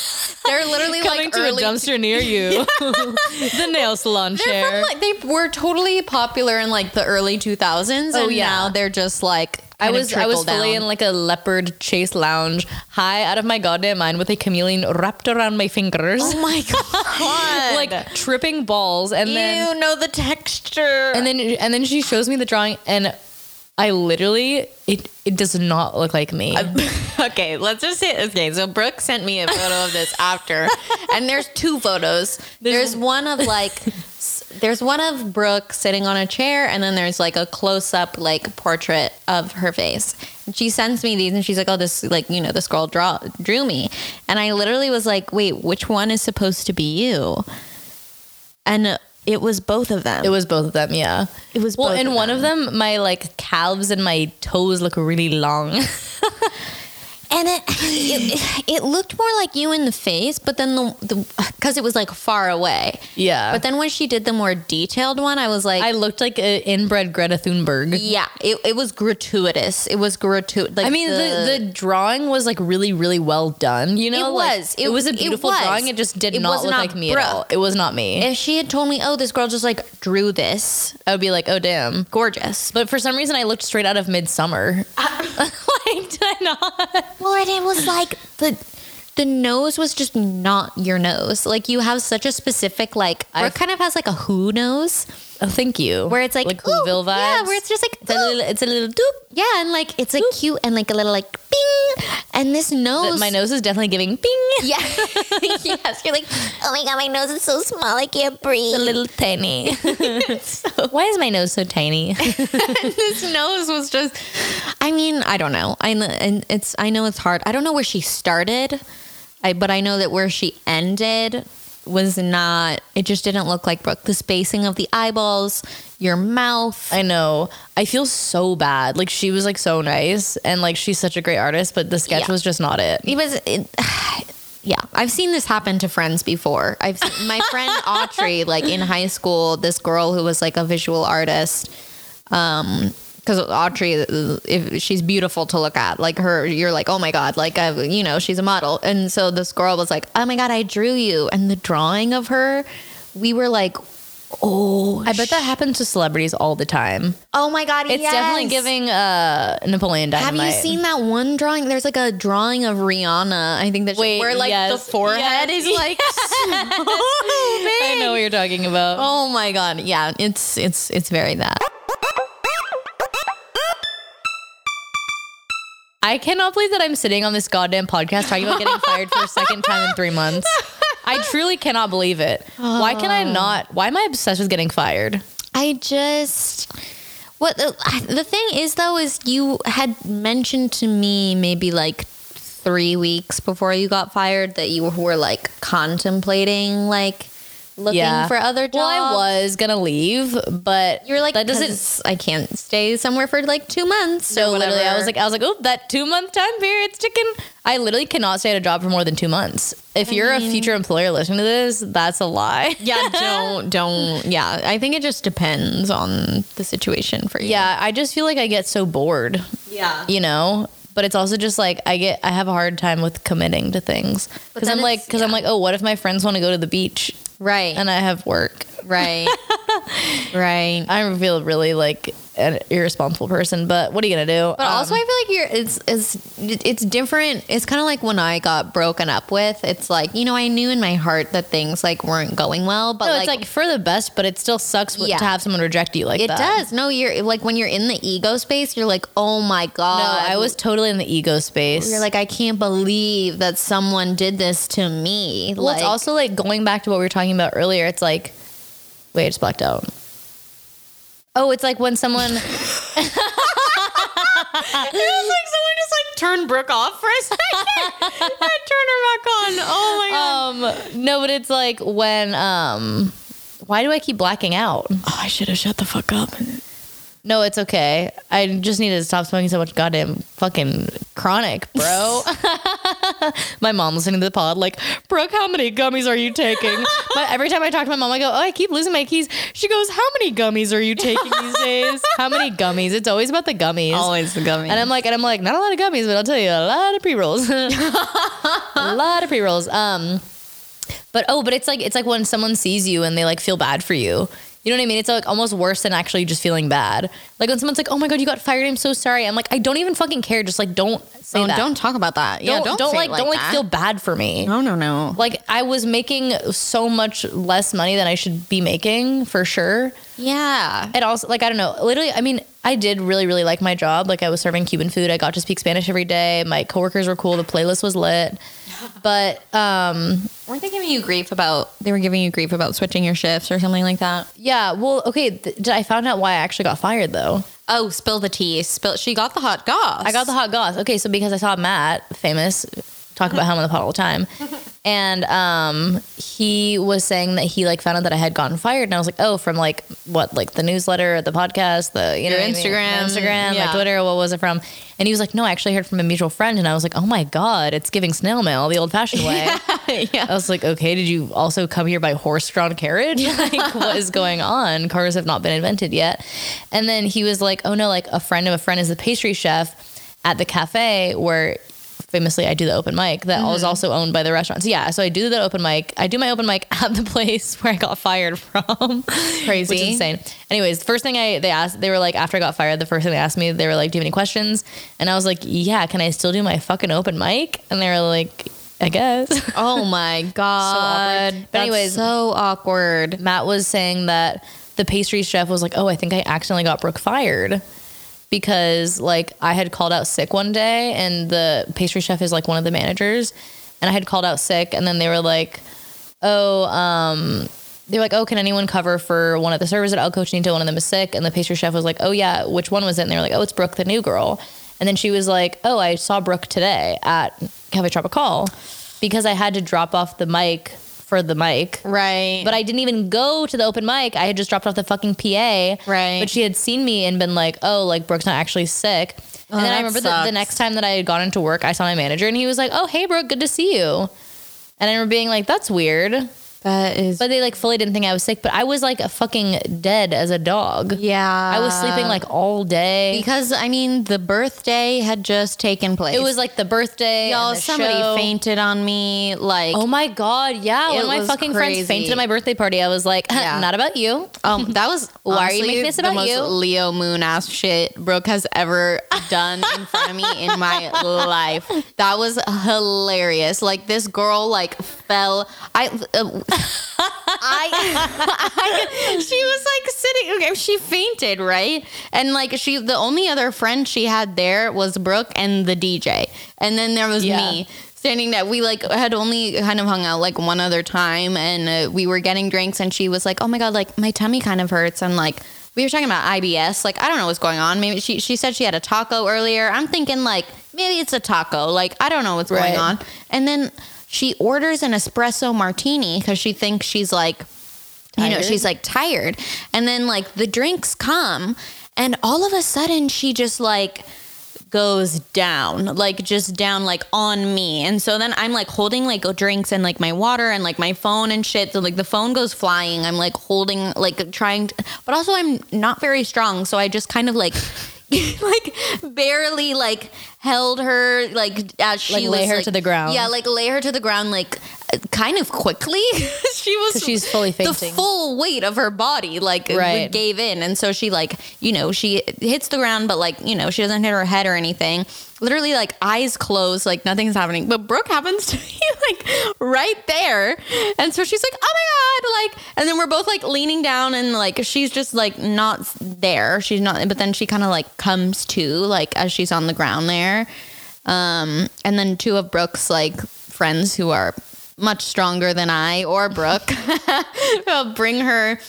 D: they're literally
A: coming
D: like
A: to
D: early.
A: a dumpster near you. the nail salon
B: They're
A: chair.
B: from like they were totally popular in like the early 2000s,
A: Oh,
B: and
A: yeah.
B: now they're just like
A: I
B: kind
A: was I
B: of
A: was
B: trickled
A: fully
B: down.
A: in like a leopard chase lounge, high out of my goddamn mind, with a chameleon wrapped around my fingers,
D: oh my god!
A: like tripping balls, and then
B: you know the texture.
A: and then and then she shows me the drawing, and I literally it it does not look like me.
B: okay, let's just say okay. So Brooke sent me a photo of this after, and there's two photos. There's, one of like, s- there's one of Brooke sitting on a chair, and then there's like a close up like portrait of her face. And she sends me these, and she's like, "Oh, this like you know this girl draw drew me," and I literally was like, "Wait, which one is supposed to be you?" And uh, it was both of them.
A: It was both of them, yeah.
B: It was
A: well,
B: both
A: in
B: of
A: one of them, my like calves and my toes look really long.
B: and it, it it looked more like you in the face, but then the because it was like far away.
A: yeah,
B: But then when she did the more detailed one, I was like,
A: I looked like an inbred Greta Thunberg.
B: yeah, it, it was gratuitous. It was gratuitous. Like
A: I mean, the, the drawing was like really, really well done. You know,
B: It
A: Like,
B: was.
A: It,
B: It-
A: was a
B: it
A: beautiful
B: was.
A: drawing. It just did
B: It
A: not
B: was
A: look
B: not
A: like me at all.
B: Brooke.
A: It was not me.
B: if she had told me, oh, this girl just like drew this,
A: I would be like, oh damn.
B: gorgeous.
A: But for some reason, I looked straight out of Midsummer. like, did I not?
B: Well, and it was like the the nose was just not your nose. Like you have such a specific like.
A: I've-
B: It kind of has like a who nose
A: Oh, thank you.
B: where it's like,
A: like
B: ooh,
A: Whoville vibes.
B: Yeah, where it's just like
A: it's a
B: ooh.
A: little, it's a little doop.
B: yeah, and like it's like cute and like a little like bing, and this
A: But
B: nose.
A: my nose is definitely giving ping.
B: Yeah. yes. You're like,
D: oh my god, my nose is so small I can't breathe.
A: a little tiny. Why is my nose so tiny?
B: his nose was just i mean i don't know i kn- and it's i know it's hard i don't know where she started i but i know that where she ended was not it just didn't look like brooke the spacing of the eyeballs your mouth
A: I know. I feel so bad. Like she was like so nice and like she's such a great artist, but the sketch
B: Yeah.
A: was just not it.
B: it was it, yeah i've seen this happen to friends before i've seen, my friend autry like in high school this girl who was like a visual artist um because Autry, uh, if she's beautiful to look at, like her, you're like, oh my god, like I, you know, she's a model. And so this girl was like, oh my god, I drew you, and the drawing of her, we were like, oh,
A: I bet that happens to celebrities all the time.
B: oh my god,
A: It's definitely
B: yes.
A: giving uh, Napoleon
B: Have
A: Dynamite.
B: you seen that one drawing? There's like a drawing of Rihanna. I think that she-
A: Wait,
B: where like
A: yes,
B: the forehead
A: yes,
B: is like so
A: I
B: big.
A: know what you're talking about.
B: Oh my god, yeah, it's it's it's very that.
A: I cannot believe that I'm sitting on this goddamn podcast talking about getting fired for a second time in three months. I truly cannot believe it. Why can I not? Why am I obsessed with getting fired?
B: I just what the, the thing is though is you had mentioned to me maybe like three weeks before you got fired that you were like contemplating like looking for other jobs.
A: Well, I was gonna leave, but
B: You were like
A: that doesn't.
B: "'Cause I can't stay somewhere for like two months.
A: So
B: or
A: literally, I
B: whatever."
A: was like, I was like, oh, that two month time period's ticking. I literally cannot stay at a job for more than two months. If you're a future employer listening to this, that's a lie.
B: yeah, don't don't. Yeah, I think it just depends on the situation for you.
A: Yeah, I just feel like I get so bored,
B: yeah.
A: you know. But it's also just like I get I have a hard time with committing to things
B: But
A: because
B: then
A: I'm like
B: it's-
A: because I'm
B: yeah.
A: like oh what if my friends want to go to the beach
B: Right.
A: and I have work
B: right. right.
A: I feel really like an irresponsible person but what are you gonna do
B: But
A: Um,
B: also, I feel like you're it's it's it's different. It's kind of like when I got broken up with. It's like you know I knew in my heart that things like weren't going well, but
A: no,
B: like,
A: it's like for the best but it still sucks w-
B: Yeah.
A: to have someone reject you like
B: it
A: that
B: does. No, you're like when you're in the ego space, you're like, oh my
A: no
B: god.
A: I was totally in the ego space
B: You're like, I can't believe that someone did this to me.
A: well it's also like going back to what we were talking about earlier it's like wait I just blacked out oh it's like when someone
B: someone just like turned Brooke off for a second. turn her back on. Oh my
A: um no but it's like when um why do i keep blacking out
B: Oh, I should have shut the fuck up.
A: no it's okay i just need to stop smoking so much goddamn fucking chronic bro my mom listening to the pod like brooke how many gummies are you taking my, every time i talk to my mom i go oh i keep losing my keys she goes how many gummies are you taking these days how many gummies it's always about the gummies
B: Always the gummy.
A: and I'm like, and I'm like, not a lot of gummies, but I'll tell you, a lot of pre rolls, a lot of pre rolls. Um, but oh, but it's like it's like when someone sees you and they like feel bad for you. You know what I mean? It's like almost worse than actually just feeling bad. Like when someone's like, "Oh my god, you got fired. I'm so sorry." I'm like, I don't even fucking care. Just like, don't say
B: don't,
A: that.
B: don't talk about that. yeah, don't say
A: like,
B: it like
A: don't like
B: that.
A: feel bad for me.
B: No, no, no.
A: Like I was making so much less money than I should be making for sure
B: Yeah.
A: and also like I don't know, literally. I mean, I did really really like my job. Like I was serving Cuban food. I got to speak Spanish every day. My coworkers were cool. The playlist was lit. But um,
B: Weren't they giving you grief about they were giving you grief about switching your shifts or something like that?
A: yeah, well, okay. Th- did I found out why I actually got fired though?
B: Oh, spill the tea. Spill she got the hot goss.
A: I got the hot goss. Okay, so because I saw Matt, famous, talk about him on the pod all the time, and um, he was saying that he like found out that I had gotten fired, and I was like, oh, from like what, like the newsletter, the podcast, the you know
B: Your
A: what I mean?
B: Instagram,
A: My Instagram,
B: yeah.
A: my Twitter, what was it from? And he was like, no, I actually heard from a mutual friend, and I was like, oh my god, it's giving snail mail the old-fashioned way. I
B: yeah.
A: was like, okay, did you also come here by horse-drawn carriage? Like, what is going on? Cars have not been invented yet. And then he was like, oh no, like a friend of a friend is the pastry chef at the cafe where famously I do the open mic that
B: Mm-hmm.
A: was also owned by the restaurant. So yeah, so I do the open mic. I do my open mic at the place where I got fired from.
B: Crazy.
A: Which is insane. Anyways, the first thing I they asked, they were like, after I got fired, the first thing they asked me, they were like, "Do you have any questions?" And I was like, "Yeah, can I still do my fucking open mic?" And they were like, "I guess."
B: Oh my god.
A: awkward. But
B: That's
A: anyways-
B: so awkward.
A: Matt was saying that the pastry chef was like, "Oh, I think I accidentally got Brooke fired." Because like I had called out sick one day, and the pastry chef is like one of the managers, and I had called out sick, and then they were like, "Oh, um, they were like, oh, can anyone cover for one of the servers at El Cochinito? One of them is sick. And the pastry chef was like, oh, yeah, which one was it? And they were like, oh, it's Brooke, the new girl. And then she was like, oh, I saw Brooke today at Cafe Tropical because I had to drop off the mic for the mic.
B: Right.
A: But I didn't even go to the open mic. I had just dropped off the fucking PA.
B: Right.
A: But she had seen me and been like, oh, like Brooke's not actually sick.
B: Oh,
A: and then
B: that
A: I remember the, the
B: sucks.
A: next time that I had gone into work, I saw my manager and he was like, oh, hey, Brooke, good to see you. And I remember being like, that's weird.
B: That is.
A: But they like fully didn't think I was sick, but I was like a fucking dead as a dog.
B: yeah.
A: I was sleeping like all day.
B: Because, I mean, the birthday had just taken place.
A: It was like the birthday.
B: Y'all,
A: and the
B: somebody
A: show.
B: fainted on me. Like,
A: Oh my god, yeah. One
B: It
A: of my
B: was
A: fucking
B: crazy.
A: friends fainted at my birthday party. I was like,
B: Yeah.
A: not about you.
B: Um, that was
A: Why are you
B: honestly
A: making this
B: the
A: about
B: most
A: you?
B: Leo Moon ass shit Brooke has ever done in front of me in my life. That was hilarious. Like this girl like fell. I, uh, I, I, she was like sitting. Okay, she fainted right, and like she the only other friend she had there was Brooke and the DJ, and then there was
A: Yeah.
B: me standing that we like had only kind of hung out like one other time and uh, we were getting drinks and she was like oh my god like my tummy kind of hurts and like we were talking about IBS like I don't know what's going on maybe she she said she had a taco earlier I'm thinking like maybe it's a taco like I don't know what's
A: Right.
B: going on and then she orders an espresso martini cuz she thinks she's like you know
A: Tired?
B: she's like tired and then like the drinks come and all of a sudden she just like goes down like just down like on me and so then i'm like holding like drinks and like my water and like my phone and shit so like the phone goes flying i'm like holding like trying to, but also i'm not very strong so i just kind of like like barely like held her like as she
A: Like, lay
B: was,
A: her to the ground.
B: yeah like lay her to the ground like kind of quickly she was
A: 'Cause she's fully
B: the
A: fainting.
B: full weight of her body like
A: Right.
B: gave in and so she like you know she hits the ground but like you know she doesn't hit her head or anything literally like eyes closed like nothing's happening but brooke happens to be like right there and so she's like oh my god like and then we're both like leaning down and like she's just like not there she's not but then she kind of like comes to like as she's on the ground there um, and then two of Brooke's like friends who are much stronger than I or Brooke will bring her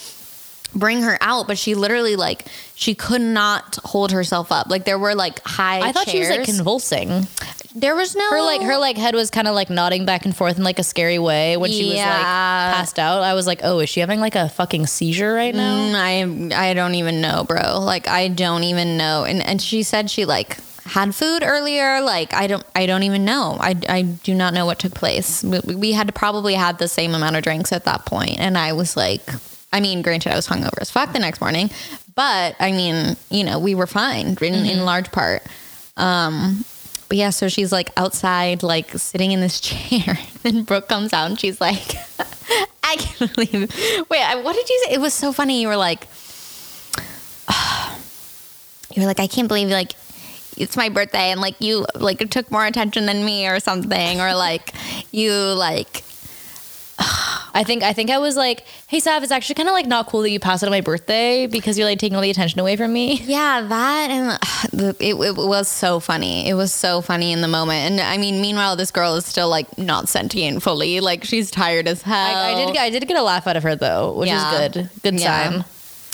B: bring her out but she literally like she could not hold herself up like there were like high
A: I thought she was like
B: chairs.
A: convulsing.
B: there was no
A: Her like her like head was kind of like nodding back and forth in like a scary way when she was like
B: Yeah.
A: passed out. I was like, oh, is she having like a fucking seizure right now?
B: Mm, I I don't even know, bro. Like I don't even know. And and she said she like had food earlier. Like I don't I don't even know. I I do not know what took place. We, we had probably had the same amount of drinks at that point, and I was like, I mean, granted, I was hungover as fuck the next morning, but I mean, you know, we were fine in, in large part. Um, but yeah, so she's like outside, like sitting in this chair. and Brooke comes out and she's like, I can't believe it. Wait, I, what did you say? It was so funny. You were like, you were like, I can't believe like it's my birthday and like you like took more attention than me or something or like you like
A: I think I think I was like, hey Sav, it's actually kind of like not cool that you passed out on my birthday because you're like taking all the attention away from me.
B: yeah that and the- it, it was so funny it was so funny in the moment and I mean meanwhile this girl is still like not sentient fully like she's tired as hell
A: I, I did get, I did get a laugh out of her though, which
B: Oh. Yeah.
A: is good. Good
B: Yeah.
A: sign.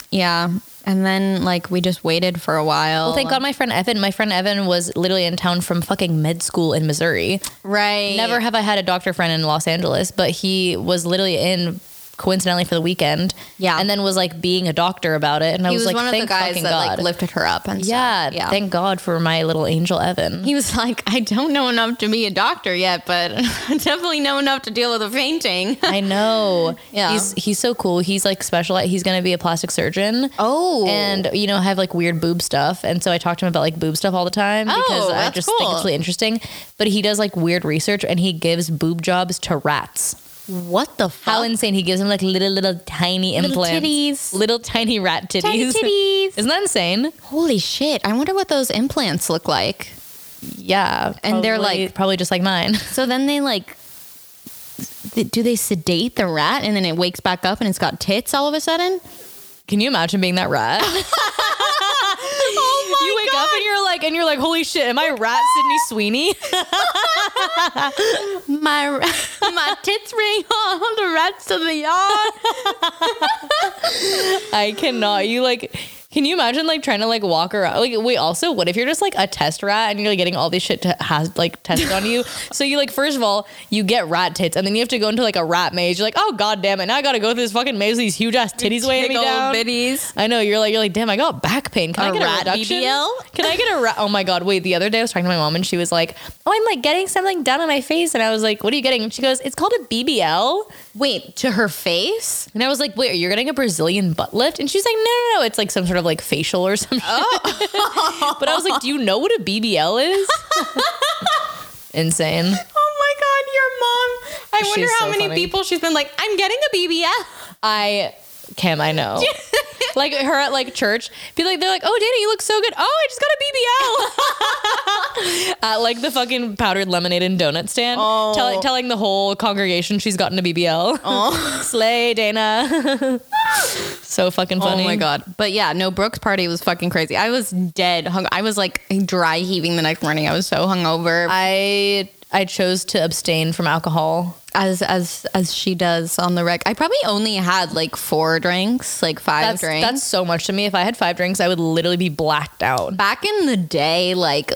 B: yeah and then like we just waited for a while
A: Well, thank God my friend Evan. My friend Evan was literally in town from fucking med school in Missouri.
B: right
A: Never have I had a doctor friend in Los Angeles, but he was literally in coincidentally for the weekend.
B: Yeah.
A: And then was like being a doctor about it. And I
B: he
A: was,
B: was,
A: like,
B: one of
A: thank
B: the guys
A: fucking
B: that
A: God.
B: like lifted her up and
A: yeah,
B: stuff. yeah
A: Thank God for my little angel Evan.
B: he was like i don't know enough to be a doctor yet but i definitely know enough to deal with a fainting
A: I know.
B: Yeah.
A: He's he's so cool. He's like special he's gonna be a plastic surgeon.
B: oh
A: and you know have like weird boob stuff and so i talk to him about like boob stuff all the time because
B: Oh,
A: i
B: that's
A: just
B: cool.
A: think it's really interesting but he does like weird research and he gives boob jobs to rats
B: what the fuck
A: how insane he gives them like little little tiny
B: Little
A: implants
B: titties.
A: little tiny rat titties
B: Tiny titties.
A: isn't that insane
B: holy shit i wonder what those implants look like
A: yeah
B: And they're,
A: probably-
B: like-
A: probably just like mine
B: so then they like th- do they sedate the rat and then it wakes back up and it's got tits all of a sudden
A: can you imagine being that rat
B: oh
A: you wake up and you're like and you're like holy shit am i rat sydney sweeney
B: my my tits ring all the rats of the yard
A: i cannot you like Can you imagine like trying to like walk around? Like, wait, also, what if you're just like a test rat and you're like getting all these shit to has like tested on you? So you like, first of all, you get rat tits and then you have to go into like a rat maze. You're like, oh, god damn it. Now I got to go through this fucking maze with these huge ass titties weighing me
B: Big old
A: down.
B: bitties.
A: I know you're like you're like damn. I got back pain. Can I
B: A
A: get
B: rat
A: a reduction?
B: BBL?
A: Can I get a rat? Oh my god! Wait, the other day I was talking to my mom and she was like, "Oh, I'm like getting something done on my face," and I was like, "What are you getting?" And she goes, "It's called a BBL."
B: Wait, to her face?
A: And I was like, "Wait, you're getting a Brazilian butt lift?" And she's like, "No, no, no. It's like some sort of like facial or something."
B: Oh.
A: but I was like, "Do you know what a BBL is?" Insane.
B: Oh my god, your mom. I
A: She's
B: wonder how
A: so
B: many
A: funny.
B: people she's been like, I'm getting a BBL.
A: I Kim, I know. like her at like church, be like they're like, "Oh, Dana, you look so good." Oh, I just got a BBL. at like the fucking powdered lemonade and donut stand,
B: Oh.
A: tell, telling the whole congregation she's gotten a BBL.
B: Oh.
A: Slay, Dana. so fucking funny.
B: Oh my god. But yeah, no, Brooke's party was fucking crazy. I was dead hung I was like dry heaving the next morning. I was so hungover.
A: I I chose to abstain from alcohol.
B: as as as she does on the rec. I probably only had like four drinks, like five
A: That's
B: drinks.
A: that's so much to me. If I had five drinks, I would literally be blacked out.
B: back in the day, like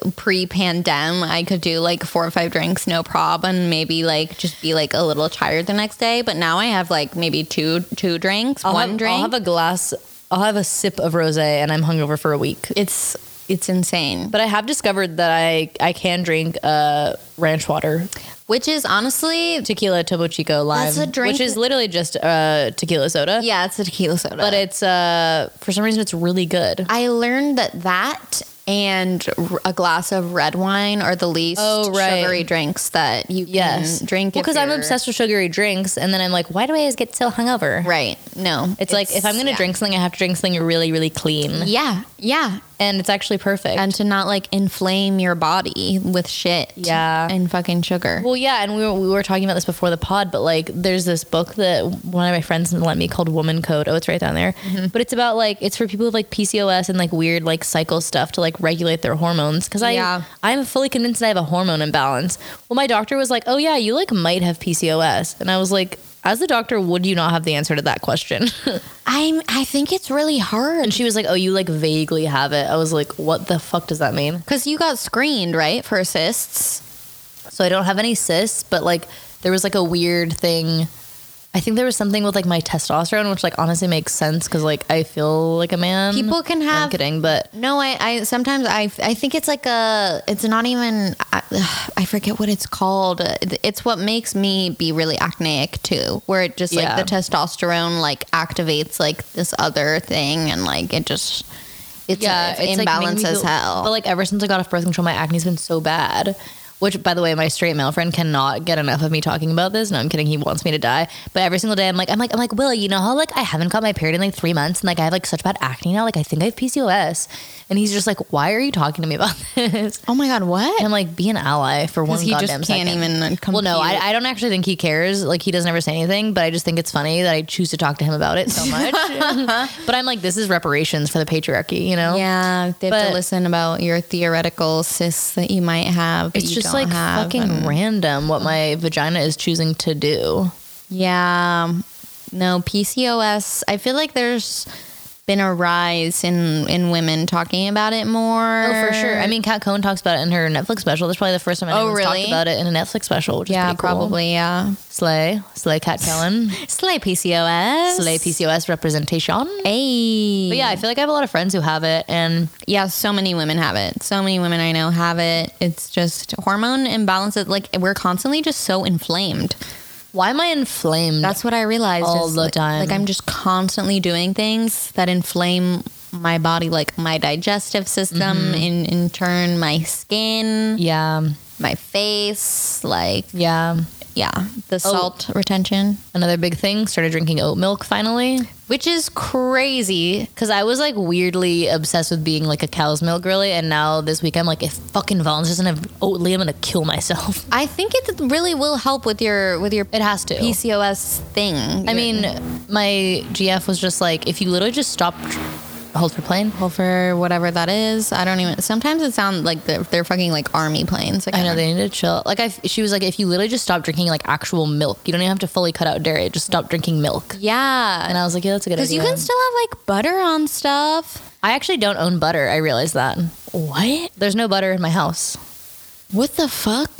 B: pre-pandemic, I could do like four or five drinks, no problem, and maybe like just be like a little tired the next day. But now I have like maybe two two drinks,
A: I'll
B: one
A: have,
B: drink.
A: I'll have a glass. I'll have a sip of rosé, and I'm hungover for a week.
B: it's it's insane.
A: But I have discovered that I I can drink uh, ranch water,
B: Which is honestly,
A: tequila, Topo Chico, lime,
B: That's a drink-
A: which is literally just uh, tequila soda.
B: yeah, it's a tequila soda.
A: but it's uh, for some reason it's really good.
B: I learned that that and r- a glass of red wine are the least
A: Oh, right.
B: sugary drinks that you
A: Yes,
B: can drink. if
A: because I'm
B: you're-
A: obsessed with sugary drinks, and then I'm like, why do I always get so hungover?
B: Right? No,
A: It's, like if I'm gonna
B: yeah.
A: drink something, I have to drink something really, really clean,
B: Yeah, yeah,
A: and it's actually perfect.
B: and to not like inflame your body with shit.
A: Yeah.
B: and fucking sugar.
A: Well, yeah, and we were, we were talking about this before the pod, but like, there's this book that one of my friends lent me called Woman Code. Oh, it's right down there.
B: Mm-hmm.
A: But it's about like it's for people with like PCOS and like weird like cycle stuff to like regulate their hormones. Because I
B: Yeah.
A: I'm fully convinced that I have a hormone imbalance. Well, my doctor was like, "Oh yeah, you like might have PCOS," and I was like. As the doctor, would you not have the answer to that question?
B: I'm. I think it's really
A: and
B: hard
A: she was like, "Oh, you like vaguely have it." I was like, "What the fuck does that mean?"
B: because you got screened right for cysts.
A: so I don't have any cysts, but like there was like a weird thing. I think there was something with like my testosterone, which like honestly makes sense because like I feel like a man.
B: People can
A: I'm
B: have-
A: kidding, but
B: No, I, I sometimes I, I think it's like a, it's not even, I, I forget what it's called. It's what makes me be really acneic too, where it just
A: Yeah.
B: like the testosterone like activates like this other thing and like it just, it's, yeah, it's,
A: like, making
B: imbalance
A: me
B: as
A: feel-
B: hell.
A: But like ever since I got off birth control, my acne's been so bad. Which, by the way, my straight male friend cannot get enough of me talking about this. No, I'm kidding. He wants me to die. But every single day, I'm like, I'm like, I'm like, Will, you know how like I haven't got my period in like three months, and like I have like such bad acne now. Like I think I have PCOS, and he's just like, Why are you talking to me about this?
B: oh my God, what?
A: And like be an ally for one
B: Because he
A: goddamn
B: just can't
A: second.
B: even compute.
A: Well, no, I, I don't actually think he cares. Like, he doesn't ever say anything, but I just think it's funny that I choose to talk to him about it so much. but I'm like, this is reparations for the patriarchy, you know?
B: yeah, they have
A: But-
B: to listen about your theoretical cysts that you might have. but
A: It's
B: you
A: just like
B: don't have, Oh.
A: fucking
B: and-
A: random what my vagina is choosing to do.
B: Yeah. No, PCOS. I feel like there's been a rise in in women talking about it more.
A: Oh, for sure. I mean, Kat Cohen talks about it in her Netflix special. That's probably the first time anyone's
B: Oh, really?
A: talked about it in a Netflix special, which
B: yeah,
A: is pretty cool.
B: probably. Yeah.
A: Slay. Slay Kat Cohen.
B: Slay PCOS.
A: Slay PCOS representation.
B: Hey.
A: But yeah, I feel like I have a lot of friends who have it, and
B: Yeah, so many women have it. So many women I know have it. It's just hormone imbalances. Like we're constantly just so inflamed.
A: why am I inflamed?
B: That's what I realized
A: All
B: is,
A: the
B: like-
A: time.
B: Like I'm just constantly doing things that inflame my body, like my digestive system, in in turn my skin.
A: yeah,
B: my face, like
A: yeah.
B: yeah, the salt retention,
A: Another big thing, started drinking oat milk finally.
B: which is crazy.
A: Cause I was like weirdly obsessed with being like a cow's milk girly, and now this week I'm like, if fucking Valens doesn't have oatly, I'm gonna kill myself.
B: I think it really will help with your with your
A: It has to.
B: PCOS thing.
A: I mean, my GF was just like, if you literally just stop Holter plane.
B: Hofer, whatever that is. I don't even. Sometimes it sounds like they're, they're fucking like army planes. Like,
A: I know they need to chill. Like I, she was like, if you literally just stop drinking like actual milk, you don't even have to fully cut out dairy. Just stop drinking milk. And
B: Yeah,
A: I was like, yeah, that's a good idea.
B: because you can still have like butter on stuff.
A: I actually don't own butter. I realized that.
B: What?
A: There's no butter in my house.
B: What the fuck?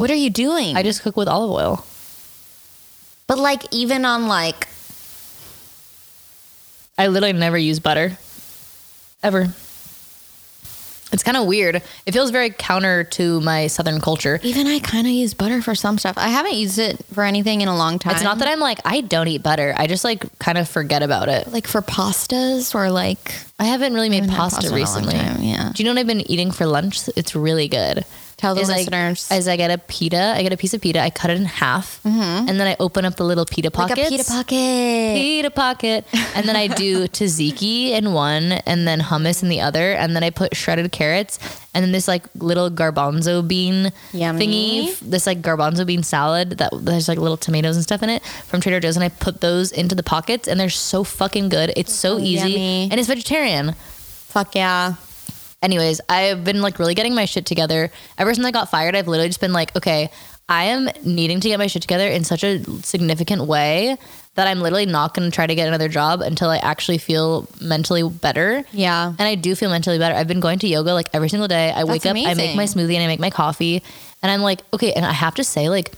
B: What are you doing?
A: I just cook with olive oil.
B: but like even on like
A: I literally never use butter. Ever. It's kind of weird. It feels very counter to my southern culture.
B: even I kind of use butter for some stuff. I haven't used it for anything in a long time.
A: It's not that I'm like I don't eat butter. I just like kind of forget about it.
B: like for pastas or like
A: I haven't really made
B: haven't had
A: pasta,
B: pasta in a long
A: recently.
B: time, yeah.
A: Do you know what I've been eating for lunch? It's really good.
B: Tell the
A: Is I-
B: listeners.
A: Is I get a pita, I get a piece of pita, I cut it in half, and then I open up the little pita pockets.
B: Mm-hmm. like a pita pocket.
A: Pita pocket. And then I do tzatziki in one, and then hummus in the other, and then I put shredded carrots, and then this like little garbanzo bean
B: Yummy.
A: thingy, f- this like garbanzo bean salad that there's like little tomatoes and stuff in it from Trader Joe's, and I put those into the pockets, and they're so fucking good. It's so easy,
B: Oh, Yummy.
A: and it's vegetarian.
B: Fuck yeah.
A: Anyways, I've been like really getting my shit together. Ever since I got fired, I've literally just been like, okay, I am needing to get my shit together in such a significant way that I'm literally not going to try to get another job until I actually feel mentally better.
B: Yeah.
A: And I do feel mentally better. I've been going to yoga like every single day. I wake up, I make
B: amazing.
A: my smoothie and I make my coffee. And I'm like, okay, and I have to say, like,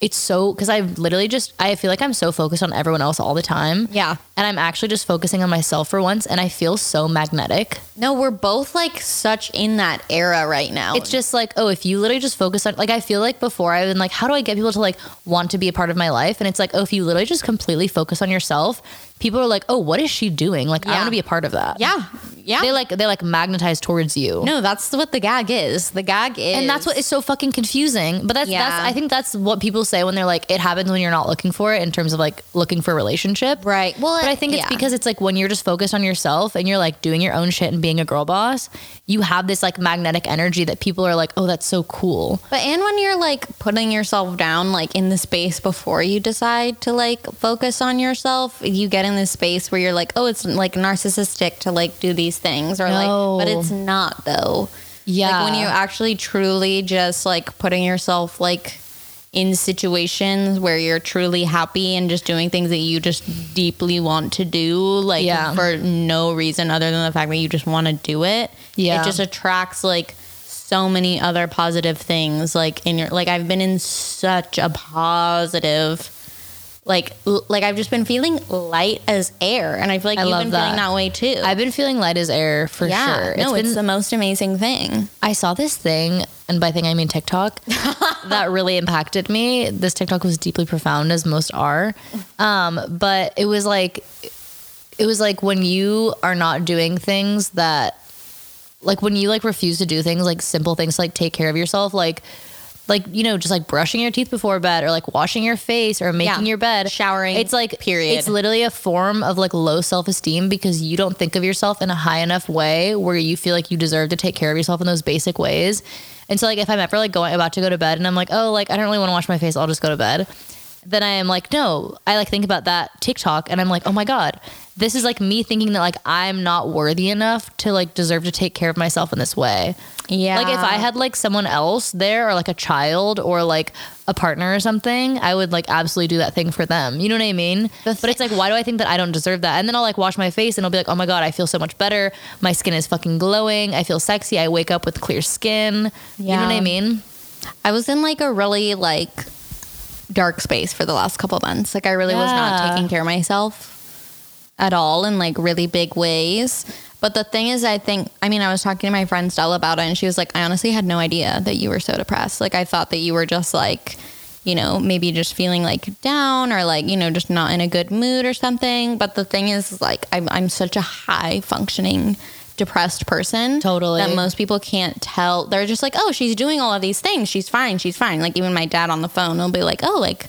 A: it's so because I literally just I feel like I'm so focused on everyone else all the time.
B: Yeah.
A: And I'm actually just focusing on myself for once and I feel so magnetic.
B: No, we're both like such in that era right now.
A: It's just like, oh, if you literally just focus on, like, I feel like before I've been like, how do I get people to like want to be a part of my life? And it's like, oh, if you literally just completely focus on yourself, people are like, oh, what is she doing? Like, I
B: Yeah.
A: want to be a part of that.
B: yeah, yeah.
A: They like, they like magnetize towards you.
B: no, that's what the gag is. The gag is,
A: And that's what is so fucking confusing. But that's,
B: Yeah.
A: that's, I think that's what people say when they're like, it happens when you're not looking for it in terms of like looking for a relationship.
B: Right. Well,
A: But
B: it-
A: I think it's
B: yeah.
A: because it's like when you're just focused on yourself and you're like doing your own shit and being a girl boss, you have this like magnetic energy that people are like, oh, that's so cool.
B: But and when you're like putting yourself down, like in the space before you decide to like focus on yourself, you get in this space where you're like, oh, it's like narcissistic to like do these things, or
A: No.
B: like, but it's not though.
A: Yeah.
B: Like when you actually truly just like putting yourself like in situations where you're truly happy and just doing things that you just deeply want to do, like
A: Yeah.
B: for no reason other than the fact that you just want to do it.
A: Yeah.
B: It just attracts like so many other positive things like in your like I've been in such a positive like l- like I've just been feeling light as air and I feel like
A: I
B: you've
A: love
B: been
A: that.
B: feeling that way too.
A: I've been feeling light as air for
B: yeah,
A: sure.
B: no,
A: it's
B: it's
A: been,
B: the most amazing thing.
A: I saw this thing, and by thing I mean TikTok, that really impacted me. This TikTok was deeply profound, as most are. Um, but it was like, it was like when you are not doing things that, like when you like refuse to do things like simple things like take care of yourself, like, like you know, just like brushing your teeth before bed, or like washing your face, or making your bed,
B: Showering,
A: It's like
B: period.
A: It's literally a form of like low self esteem because you don't think of yourself in a high enough way where you feel like you deserve to take care of yourself in those basic ways. And so like if I'm ever like going about to go to bed and I'm like, oh, like I don't really want to wash my face, I'll just go to bed. Then I am like, no, I like think about that TikTok and I'm like, oh my God, this is like me thinking that like I'm not worthy enough to like deserve to take care of myself in this way.
B: Yeah.
A: Like if I had like someone else there or like a child or like a partner or something, I would like absolutely do that thing for them. You know what I mean? but it's like why do I think that I don't deserve that? And then I'll like wash my face and I'll be like, "Oh my god, I feel so much better. My skin is fucking glowing. I feel sexy. I wake up with clear skin." You know what I
B: Yeah.
A: mean?
B: I was in like a really like dark space for the last couple months. Like I really was
A: Yeah.
B: not taking care of myself at all in like really big ways. But the thing is, I think I mean I was talking to my friend Stella about it, and she was like, "I honestly had no idea that you were so depressed. Like I thought that you were just like." You know, maybe just feeling like down or like, you know, just not in a good mood or something. But the thing is, is, like, I'm, I'm such a high functioning, depressed person.
A: Totally.
B: That most most people can't tell. They're just like, oh, she's doing all of these things. She's fine. She's fine. Like even my dad on the phone will be like, oh, like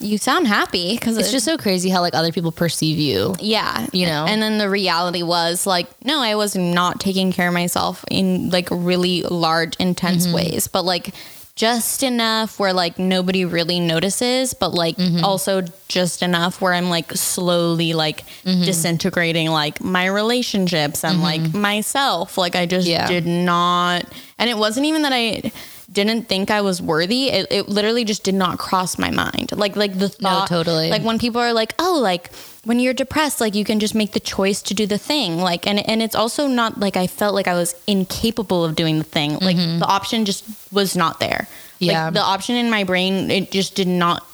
B: you sound happy because
A: It's just so crazy how like other people perceive you.
B: yeah,
A: you know?
B: And then the reality was like, no, I
A: Mm-hmm.
B: was not taking care of myself in like really large, intense ways. But like just enough where like nobody really notices, but like
A: Mm-hmm.
B: also just enough where I'm like slowly like
A: Mm-hmm.
B: disintegrating like my relationships and like myself. Like I just
A: Yeah.
B: did not, and it wasn't even that I didn't think I was worthy. It, it literally just did not cross my mind. Like like the thought,
A: totally.
B: Like when people are like, oh, like when you're depressed, like you can just make the choice to do the thing. Like and and it's also not like I felt like I was incapable of doing the thing. Like the option just was not there.
A: Mm-hmm. Yeah.
B: Like the option in my brain, it just did not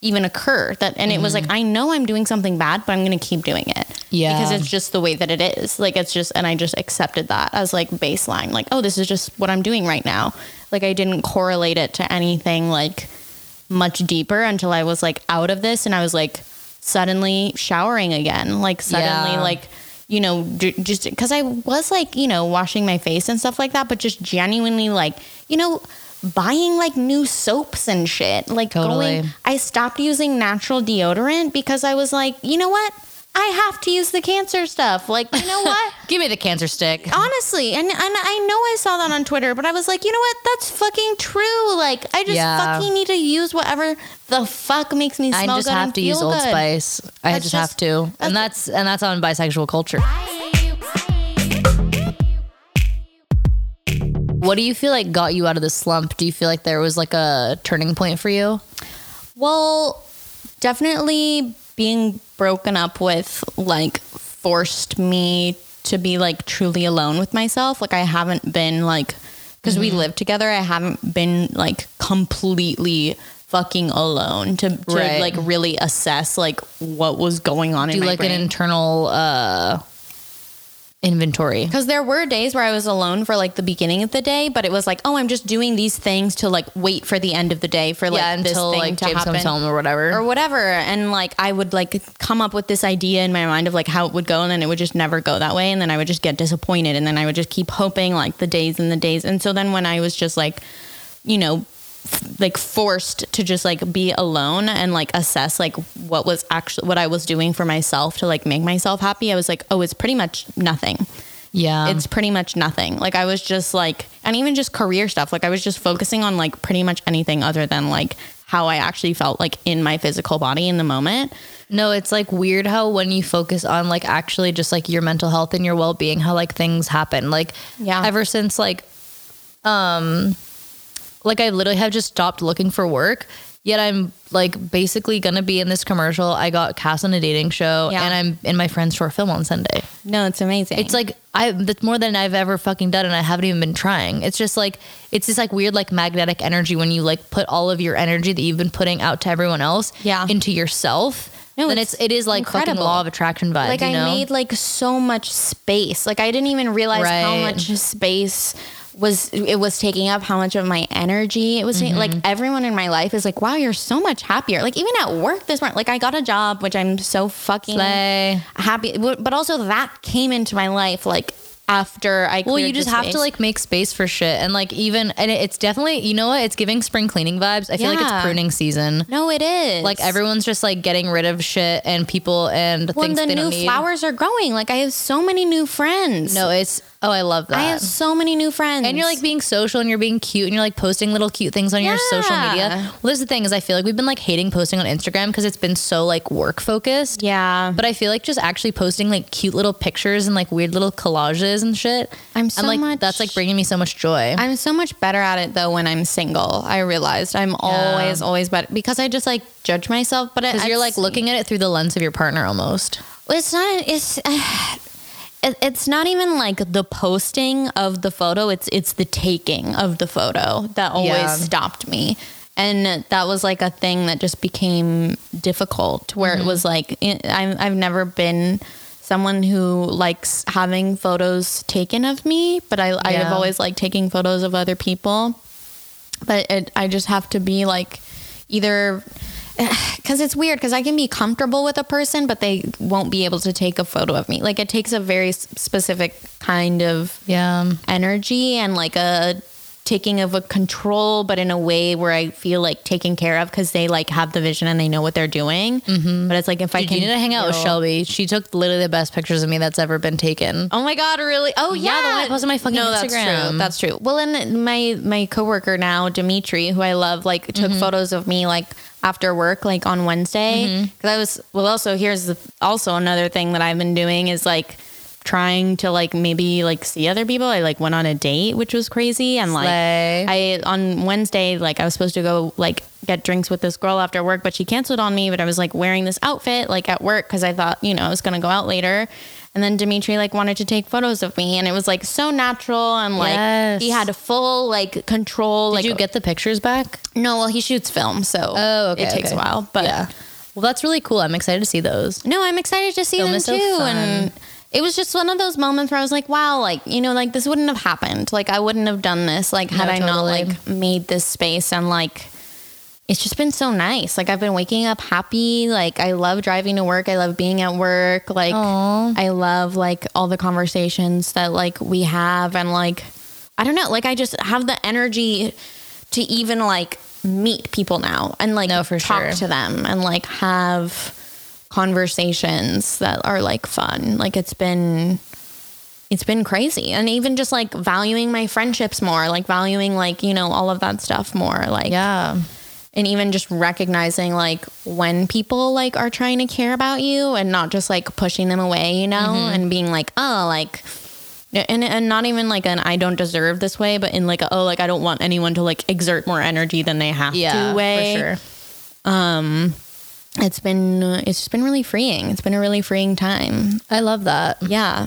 B: even occur that and it was like i know i'm doing something bad but i'm gonna keep doing it
A: Mm-hmm. Yeah.
B: because it's just the way that it is like it's just and i just accepted that as like baseline like oh this is just what i'm doing right now like i didn't correlate it to anything like much deeper until i was like out of this and i was like suddenly showering again like suddenly
A: Yeah.
B: like you know d- just because i was like you know washing my face and stuff like that but just genuinely like you know buying like new soaps and shit like
A: Totally.
B: going I stopped using natural deodorant because I was like, you know what? I have to use the cancer stuff. Like, you know what?
A: Give me the cancer stick.
B: Honestly, and, and I know I saw that on Twitter, but I was like, you know what? That's fucking true. Like, I just
A: Yeah.
B: fucking need to use whatever the fuck makes me
A: I
B: smell
A: just
B: good
A: have
B: and
A: to use
B: feel
A: Old
B: good.
A: Spice. I
B: That's
A: just,
B: just-
A: have to, and that's and that's on bisexual culture. What do you feel like got you out of the slump? Do you feel like there was like a turning point for you?
B: Well, definitely being broken up with like forced me to be like truly alone with myself. Like I haven't been like because
A: Mm-hmm.
B: we lived together, I haven't been like completely fucking alone to, to
A: Right.
B: like really assess like what was going on
A: Do
B: in
A: you
B: my
A: like
B: brain.
A: an internal uh inventory?
B: Because there were days where I was alone for like the beginning of the day, but it was like, oh, I'm just doing these things to like wait for the end of the day for like
A: yeah,
B: this
A: until
B: thing
A: like
B: to
A: James
B: happen.
A: comes home or whatever.
B: or whatever and like i would like come up with this idea in my mind of like how it would go and then it would just never go that way and then i would just get disappointed and then i would just keep hoping like the days and the days and so then when i was just like you know f- like forced to just like be alone and like assess like what was actually what i was doing for myself to like make myself happy i was like oh it's pretty much nothing
A: yeah,
B: it's pretty much nothing. Like I was just like, and even just career stuff. Like I was just focusing on like pretty much anything other than like how I actually felt like in my physical body in the moment.
A: No, it's like weird how when you focus on like actually just like your mental health and your well being, how like things happen. Like
B: Yeah.
A: ever since like um like I literally have just stopped looking for work. Yet I'm like basically gonna be in this commercial. I got cast on a dating show
B: Yeah.
A: and I'm in my friend's short film on Sunday.
B: No, it's amazing.
A: It's like I that's more than I've ever fucking done, and I haven't even been trying. It's just like it's this like weird like magnetic energy when you like put all of your energy that you've been putting out to everyone else,
B: Yeah.
A: into yourself.
B: No,
A: then
B: it's
A: it's it is like fucking
B: incredible.
A: law of attraction vibes.
B: like
A: you know?
B: I made like so much space. Like I didn't even realize how
A: Right.
B: much space was it was taking up how much of my energy it was taking like everyone in my life is like wow you're so much happier like even at work this morning like i got a job which i'm so fucking
A: Slay.
B: happy w- but also that came into my life like after i
A: well,
B: cleared
A: you just
B: the
A: have
B: space.
A: to like make space for shit, and like even and it, it's definitely you know what it's giving spring cleaning vibes. I feel like
B: Yeah.
A: it's pruning season.
B: no it is
A: Like everyone's just like getting rid of shit and people and
B: when
A: things
B: the
A: they
B: new
A: don't need.
B: flowers are growing like i have so many new friends
A: No, it's oh I love that.
B: i have so many new friends
A: and you're like being social and you're being cute and you're like posting little cute things on your social
B: Yeah.
A: media. Well, this is the thing is I feel like we've been like hating posting on Instagram because it's been so like work focused.
B: yeah
A: But I feel like just actually posting like cute little pictures and like weird little collages and shit.
B: I'm so
A: and, like
B: much-
A: that's like bringing me so much joy.
B: I'm so much better at it though when I'm single. I realized I'm always, always better because I just like judge myself. But it,
A: Because you're like
B: it's-
A: looking at it through the lens of your partner almost.
B: It's not. It's. it- It's not even like the posting of the photo. It's it's the taking of the photo that always
A: Yeah.
B: stopped me, and that was like a thing that just became difficult. Where it was like i I'm, I've never been someone who likes having photos taken of me, but I I've
A: Yeah.
B: always liked taking photos of other people but it, I just have to be like either because it's weird because I can be comfortable with a person, but they won't be able to take a photo of me. Like it takes a very s- specific kind of
A: Yeah.
B: energy and like a taking of a control, but in a way where I feel like taken care of because they like have the vision and they know what they're doing. But it's like if I
A: Dude,
B: can
A: Mm-hmm. you need to hang out with
B: feel-
A: Shelby. She took literally the best pictures of me that's ever been taken.
B: Oh my god, really? Oh yeah,
A: Yeah, the one I posted on my fucking
B: no, That's true.
A: Instagram.
B: That's true. Well, and my my coworker now, Dimitri, who I love, like took photos of me like after work, like on Wednesday, because I was well. Also, here's the, also another thing that I've been doing is like trying to like maybe like see other people. I like went on a date, which was crazy, and like
A: Slay.
B: I on Wednesday, like I was supposed to go like get drinks with this girl after work, but she canceled on me. But I was like wearing this outfit like at work because I thought you know I was gonna go out later. And then Dimitri like wanted to take photos of me, and it was like so natural and like
A: Yes.
B: he had full like control.
A: Did
B: like
A: you get the pictures back?
B: no, well he shoots film, so
A: Oh, okay,
B: it takes
A: okay.
B: a while. But
A: Yeah. Well, that's really cool. I'm excited to see those.
B: no, I'm excited to see
A: Film
B: them
A: is so
B: too.
A: fun.
B: and it was just one of those moments where I was like, wow, like, you know, like this wouldn't have happened. Like, I wouldn't have done this, like, had
A: No,
B: I not,
A: totally.
B: like, made this space and, like, it's just been so nice. Like I've been waking up happy. Like I love driving to work. I love being at work. Like
A: Aw.
B: I love like all the conversations that like we have and like I don't know, like I just have the energy to even like meet people now and like
A: No, for
B: talk
A: sure.
B: to them and like have conversations that are like fun. Like it's been it's been crazy and even just like valuing my friendships more, like valuing like, you know, all of that stuff more. Like
A: Yeah.
B: and even just recognizing like when people like are trying to care about you and not just like pushing them away you know
A: Mm-hmm.
B: and being like oh like and and not even like an I don't deserve this way but in like a, oh like I don't want anyone to like exert more energy than they have
A: Yeah.
B: to way Um,
A: For sure.
B: it's been it's just been really freeing it's been a really freeing time
A: I love that.
B: yeah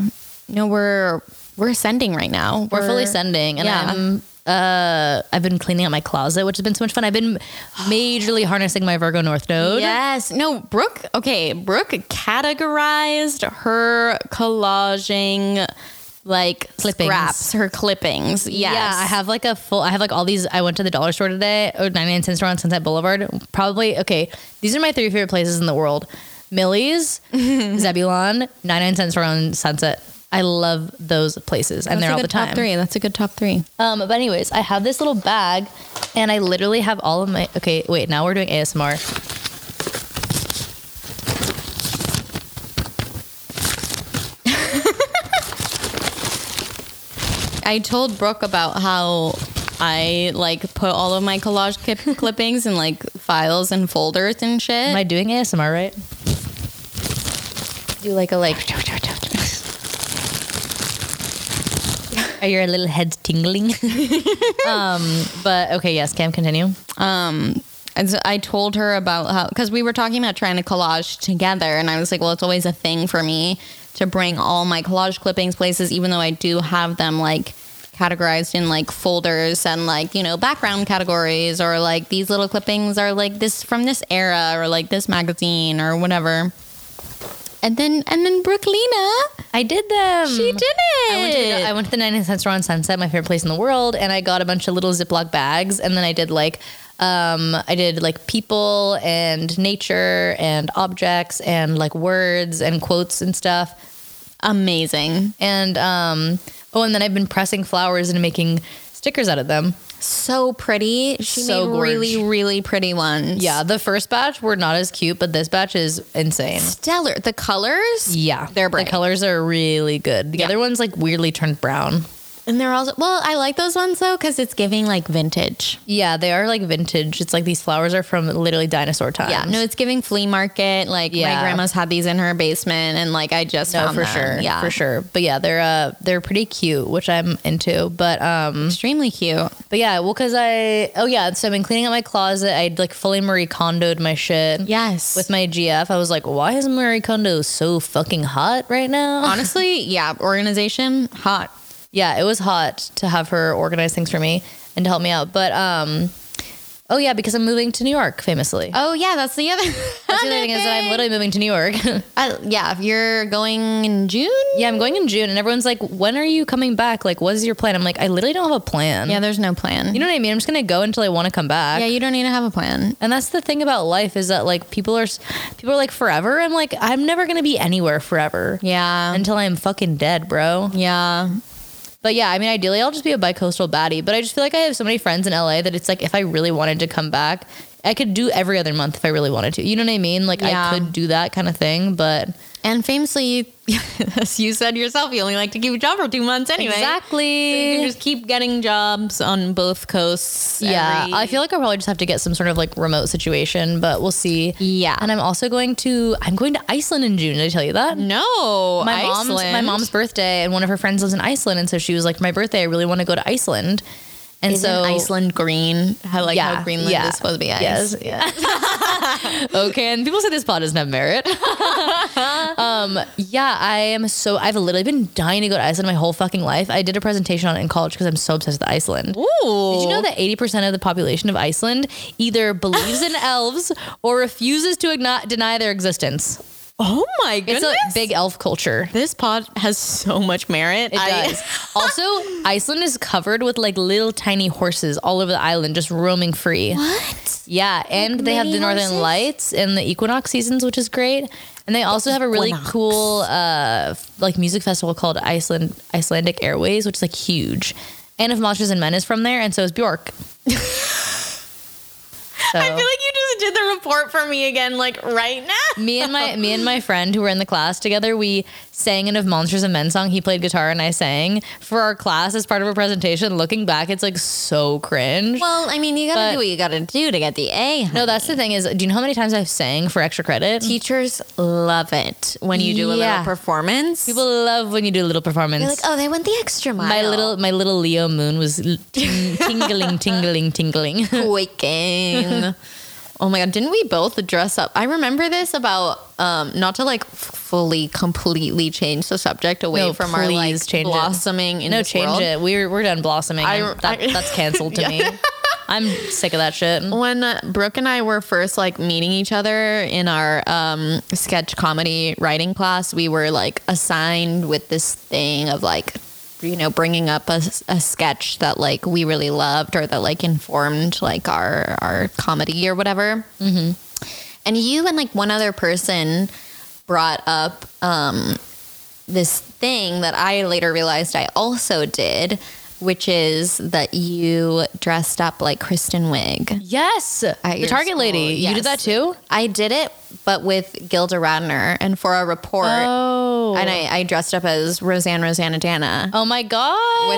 B: no we're we're sending right now
A: We're fully sending, and
B: yeah.
A: I'm. Uh, I've been cleaning out my closet, which has been so much fun. I've been majorly harnessing my Virgo North Node.
B: Yes. No, Brooke, okay, Brooke categorized her collaging like
A: Clippings.
B: scraps, her clippings. Yes.
A: Yeah, I have like a full. I have like all these. I went to the dollar store today, or 99 cent store on Sunset Boulevard. Probably okay. These are my three favorite places in the world: Millie's, Zebulon, 99 cent store on Sunset. I love those places, and
B: That's
A: they're
B: a
A: all
B: good
A: the time.
B: Top three. That's a good top three.
A: Um, but anyways, I have this little bag, and I literally have all of my. Okay, wait. Now we're doing ASMR.
B: I told Brooke about how I like put all of my collage clip- clippings in like files and folders and shit.
A: Am I doing ASMR right?
B: do like a like
A: Are your little heads tingling? um, but okay, yes, Cam, continue.
B: And so I told her about how, because we were talking about trying to collage together, and I was like, well, it's always a thing for me to bring all my collage clippings places, even though I do have them like categorized in like folders and like, you know, background categories, or like these little clippings are like this from this era, or like this magazine, or whatever. And then, and then Brooklina,
A: I did them.
B: she did it.
A: I went, to the, I went to the 99 cent store on Sunset, my favorite place in the world, and I got a bunch of little Ziploc bags, and then I did like, um, I did like people and nature and objects and like words and quotes and stuff,
B: Amazing.
A: and um, oh, and then I've been pressing flowers and making stickers out of them.
B: So pretty. She
A: So
B: made
A: gorge.
B: really, really pretty ones.
A: Yeah, the first batch were not as cute, but this batch is insane.
B: Stellar. The colors.
A: Yeah,
B: They're bright.
A: The colors are really good. The
B: Yeah.
A: other ones like weirdly turned brown.
B: And they're also well. I like those ones though because it's giving like vintage.
A: Yeah, they are like vintage. It's like these flowers are from literally dinosaur times.
B: Yeah, no, it's giving flea market. Like my
A: Yeah.
B: grandma's had these in her basement, and like I just
A: No,
B: found
A: Oh, for
B: them.
A: sure.
B: Yeah,
A: for sure. But yeah, they're uh they're pretty cute, which I'm into. But um,
B: Extremely cute.
A: but yeah, well, cause I oh yeah, so I've been cleaning out my closet. I like fully Marie Kondoed my shit.
B: Yes.
A: With my GF, I was like, why is Marie Kondo so fucking hot right now?
B: honestly, yeah, organization hot.
A: yeah, it was hot to have her organize things for me and to help me out. But um, oh yeah, because I'm moving to New York, famously.
B: Oh yeah, that's the other.
A: That's the other thing is that I'm literally moving to New York.
B: Uh, yeah, if you're going in June.
A: yeah, I'm going in June, and everyone's like, "When are you coming back? Like, what is your plan?" I'm like, "I literally don't have a plan."
B: Yeah, there's no plan.
A: you know what I mean. I'm just gonna go until I want to come back.
B: yeah, you don't need to have a plan.
A: and that's the thing about life is that like people are, s- people are like forever. I'm like, I'm never gonna be anywhere forever
B: Yeah.
A: until I'm fucking dead, bro.
B: yeah.
A: But yeah, I mean, ideally, I'll just be a bi-coastal baddie. But I just feel like I have so many friends in LA that it's like if I really wanted to come back, I could do every other month if I really wanted to. You know what I mean? Like
B: Yeah.
A: I could do that kind of thing. But
B: And famously, you, as you said yourself, you only like to keep a job for two months anyway. So you
A: exactly.
B: can just keep getting jobs on both coasts.
A: yeah,
B: every-
A: I feel like I probably just have to get some sort of like remote situation, but we'll see.
B: Yeah.
A: And I'm also going to I'm going to Iceland in June. Did I tell you that?
B: no,
A: my
B: Iceland.
A: mom's my mom's birthday, and one of her friends lives in Iceland, and so she was like, "My birthday, I really want to go to Iceland." And
B: Isn't
A: so
B: Iceland green. I like
A: yeah,
B: how Greenland
A: yeah.
B: is supposed to be ice.
A: Yes, yes. okay, and people say this pod doesn't have merit. um, yeah, I am so I've literally been dying to go to Iceland my whole fucking life. I did a presentation on it in college because I'm so obsessed with Iceland.
B: Ooh.
A: Did you know that 80% of the population of Iceland either believes in elves or refuses to igno- deny their existence?
B: Oh my goodness.
A: It's a big elf culture.
B: this pod has so much merit.
A: It does. also, Iceland is covered with like little tiny horses all over the island just roaming free.
D: What?
A: Yeah, and they have
D: mini
A: the northern
D: horses?
A: lights and the equinox seasons, which is great. And they also have a really
B: equinox.
A: cool uh f- like music festival called Iceland Icelandic Airways, which is like huge. And if Monsters and Men is from there, and so is Bjork. so.
B: I feel like you just did the report for me again, like right now.
A: me and my me and my friend who were in the class together, we sang an of Monsters and Men song. He played guitar and I sang for our class as part of a presentation. Looking back, it's like so cringe.
B: Well, I mean, you
A: But-
B: gotta
A: do
B: do what you gotta do to get the A.
A: no, that's the thing is, do you know how many times I've sang for extra credit?
B: Teachers love it when you do a
A: Yeah.
B: little performance.
A: People love when you do a little performance.
D: You're like, oh, they went the extra mile.
A: my little my little Leo moon was l- ting- tingling, tingling, tingling.
B: quaking. oh my god, didn't we both dress up? I remember this about um not to like f- fully completely change the subject away
A: No,
B: from our
A: please
B: like
A: change it.
B: blossoming in
A: no,
B: this
A: change
B: world.
A: it. We're we're done blossoming.
B: I-
A: I'm- that-
B: I-
A: that's canceled to me. I'm sick of that shit.
B: When uh, Brooke and I were first like meeting each other in our um, sketch comedy writing class, we were like assigned with this thing of like, you know, bringing up a, a sketch that like we really loved or that like informed like our our comedy or whatever. Mm-hmm. And you and like one other person brought up um, this thing that I later realized I also did. Which is that you dressed up like Kristen Wiig.
A: Yes, the
B: your
A: Target
B: school,
A: lady. You
B: yes.
A: did that too.
B: I did it, but with Gilda Radner and for a report.
A: Oh,
B: And I, I dressed up as Roseanne, Rosanna, Dana
A: Oh my god!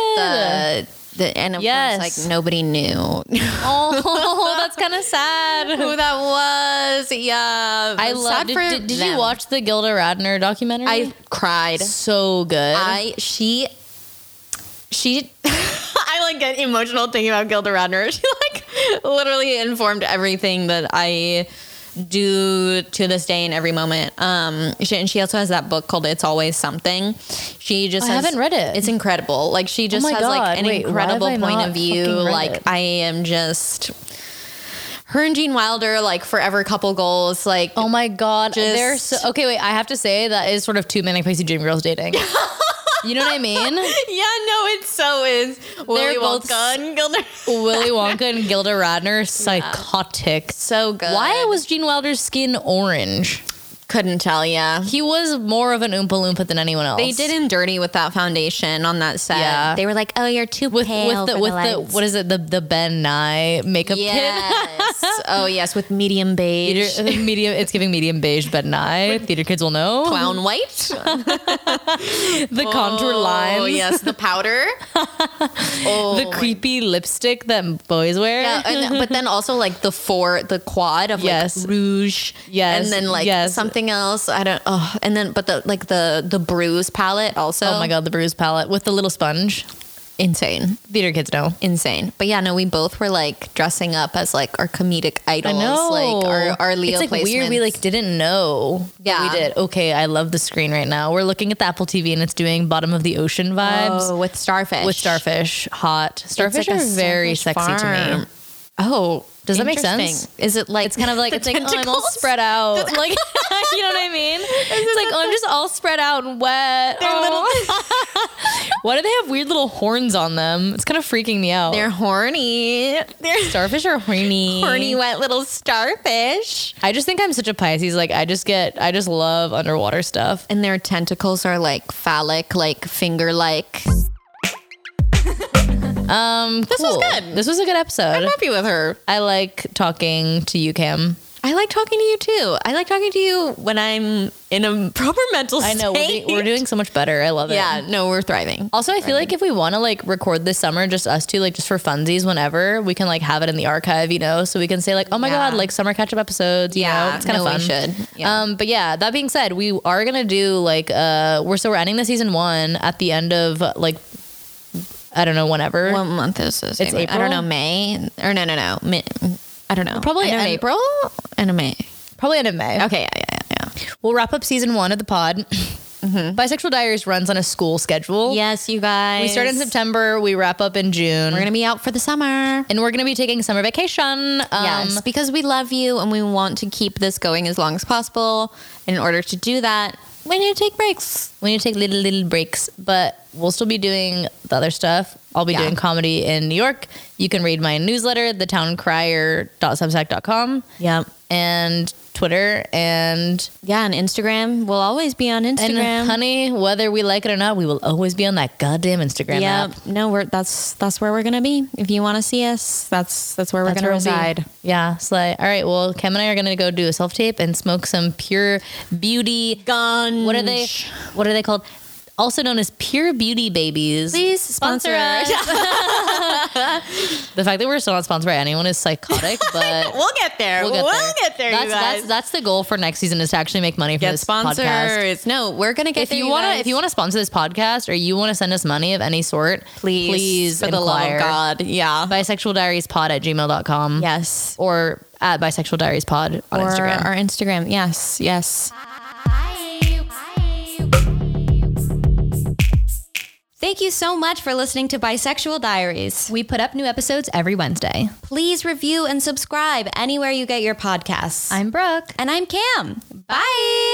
B: with the. The, and of
A: Yes.
B: course, like nobody knew who
A: oh, that's kind of sad.
B: that was. Yeah,
A: I
B: Sad
A: love. Did,
B: for
A: did, did you
B: them.
A: watch the Gilda Radner documentary?
B: I cried.
A: so good.
B: I she she I like get emotional thinking about Gilda Radner. She like literally informed everything that I do to this day in every moment. Um she, and she also has that book called It's Always Something. She just
A: Oh, I
B: has-
A: haven't read it. Oh
B: It's incredible. Like she just
A: my
B: has like
A: God,
B: an
A: wait, why have
B: incredible
A: I
B: point
A: not
B: of view.
A: fucking read
B: Like
A: it?
B: I am just her and Gene Wilder like forever couple goals like
A: Oh my god,
B: Just-
A: they're so okay. Wait, I have to say that is sort of two manic pixie dream girls dating. you know what I mean?
B: yeah no it so is Willy
A: both
B: Wonka and Gilda
A: Willy Wonka and Gilda Radner, psychotic.
B: so good
A: Why was Gene Wilder's skin orange?
B: Couldn't tell ya.
A: He was more of an oompa loompa than anyone else.
B: They did him dirty with that foundation on that set.
A: Yeah.
B: They were like, "Oh, you're too
A: with
B: pale
A: with
B: for
A: the with the,
B: lights."
A: what is it the the Ben Nye makeup kit.
B: Yes. oh, yes, with medium beige,
A: Theater, medium, it's giving medium beige Ben Nye. Theater kids will know
B: clown white,
A: the contour lines,
B: Oh, yes, the powder. oh,
A: the creepy lipstick that boys wear.
B: Yeah, and, but then also like the four, the quad of
A: Yes.
B: like rouge,
A: Yes,
B: and then like
A: yes.
B: something else. I don't. Oh, and then but the like the the bruise palette also.
A: Oh my god, the bruise palette with the little sponge.
B: insane.
A: Theater kids know.
B: insane. But yeah, no, we both were like dressing up as like our comedic idols, like our, our Leo
A: it's like weird. We
B: placements.
A: like didn't know. but
B: Yeah.
A: we did. Okay, I love the screen right now. We're looking at the Apple TV and it's doing bottom of the ocean vibes
B: oh, with starfish.
A: with starfish. Hot starfish
B: like
A: are
B: a
A: very
B: starfish
A: sexy to me.
B: farm. Oh,
A: Does that make
B: interesting.
A: sense?
B: Is it like
A: It's kind of like
B: the
A: it's like oh, I'm all
B: tentacles?
A: spread out. Like you know what I mean? It's like oh, I'm just all spread out and wet. Oh. Why do they have weird little horns on them? It's kind of freaking me out.
B: They're horny. They're
A: starfish are horny.
B: horny wet little starfish.
A: I just think I'm such a Pisces. Like I just get, I just love underwater stuff.
B: And their tentacles are like phallic, like finger like.
A: Um,
D: This was
A: cool.
D: good.
A: This was a good
D: I'm
A: episode.
D: happy with her.
A: I like talking to you, Cam.
D: I like talking to you too. I like talking to you when I'm in a proper mental
A: I
D: state.
A: know we're, do- we're doing so much better. I love it.
D: Yeah, no, we're thriving.
A: Also, I feel like if we want to like record this summer, just us two, like just for funsies, whenever we can like have it in the archive, you know, so we can say like, oh my
D: Yeah.
A: god, like summer catch up episodes. You
D: Yeah,
A: know? it's kind of
D: no, we
A: fun.
D: should. Yeah.
A: Um, but yeah, that being said, we are gonna do like uh, we're so we're ending the season one at the end of like, I don't know, whenever.
D: What month is this?
A: It's
D: I don't
A: April?
D: know, May or no, no, no. Mi- I don't know.
A: Probably
D: I know
A: end-
D: April and a May.
A: Probably end of May.
D: Okay, yeah, yeah, yeah, yeah.
A: We'll wrap up season one of the pod.
D: Mm-hmm.
A: Bisexual Diaries runs on a school schedule.
D: Yes, you guys.
A: We start in September. We wrap up in June.
D: We're gonna be out for the summer.
A: and we're gonna be taking summer vacation. Um,
D: yes, because we love you and we want to keep this going as long as possible. And in order to do that, we need to take breaks.
A: We need to take little little breaks, but we'll still be doing the other stuff. I'll be
D: Yeah.
A: doing comedy in New York. You can read my newsletter, thetowncrier.substack.com,
D: Yeah,
A: and Twitter. And,
D: yeah. And Instagram, we'll always be on Instagram.
A: and honey, whether we like it or not, we will always be on that goddamn Instagram
D: yeah,
A: app.
D: no, we're that's that's where we're gonna be. If you want to see us, that's that's where we're
A: That's
D: gonna
A: where we'll be.
D: reside.
A: Yeah, slay. All right, well, Cam and I are gonna go do a self tape and smoke some pure beauty.
D: Gone.
A: What are they? What are they called? Also known as pure beauty babies.
D: Please
A: sponsor
D: sponsor us.
A: The fact that we're still not sponsored by anyone is psychotic, but
D: We'll get there.
A: We'll
D: We'll
A: get
D: get,
A: there.
D: there.
A: that's
D: you
A: that's
D: guys.
A: that's the goal for next season is to actually make money for
D: get
A: this podcast.
D: sponsors. No, we're gonna get
A: If
D: there,
A: you want to,
D: guys.
A: if you want to sponsor this podcast or you want to send us money of any sort,
D: please,
A: please
D: for the love
A: inquire.
D: of God, yeah,
A: bisexual diaries pod at gmail.com
D: yes,
A: or at bisexual diaries pod on
D: or
A: Instagram.
D: our Instagram, yes, yes. Thank you so much for listening to Bisexual Diaries.
A: we put up new episodes every Wednesday.
D: Please review and subscribe anywhere you get your podcasts.
A: I'm Brooke.
D: and I'm Cam. Bye.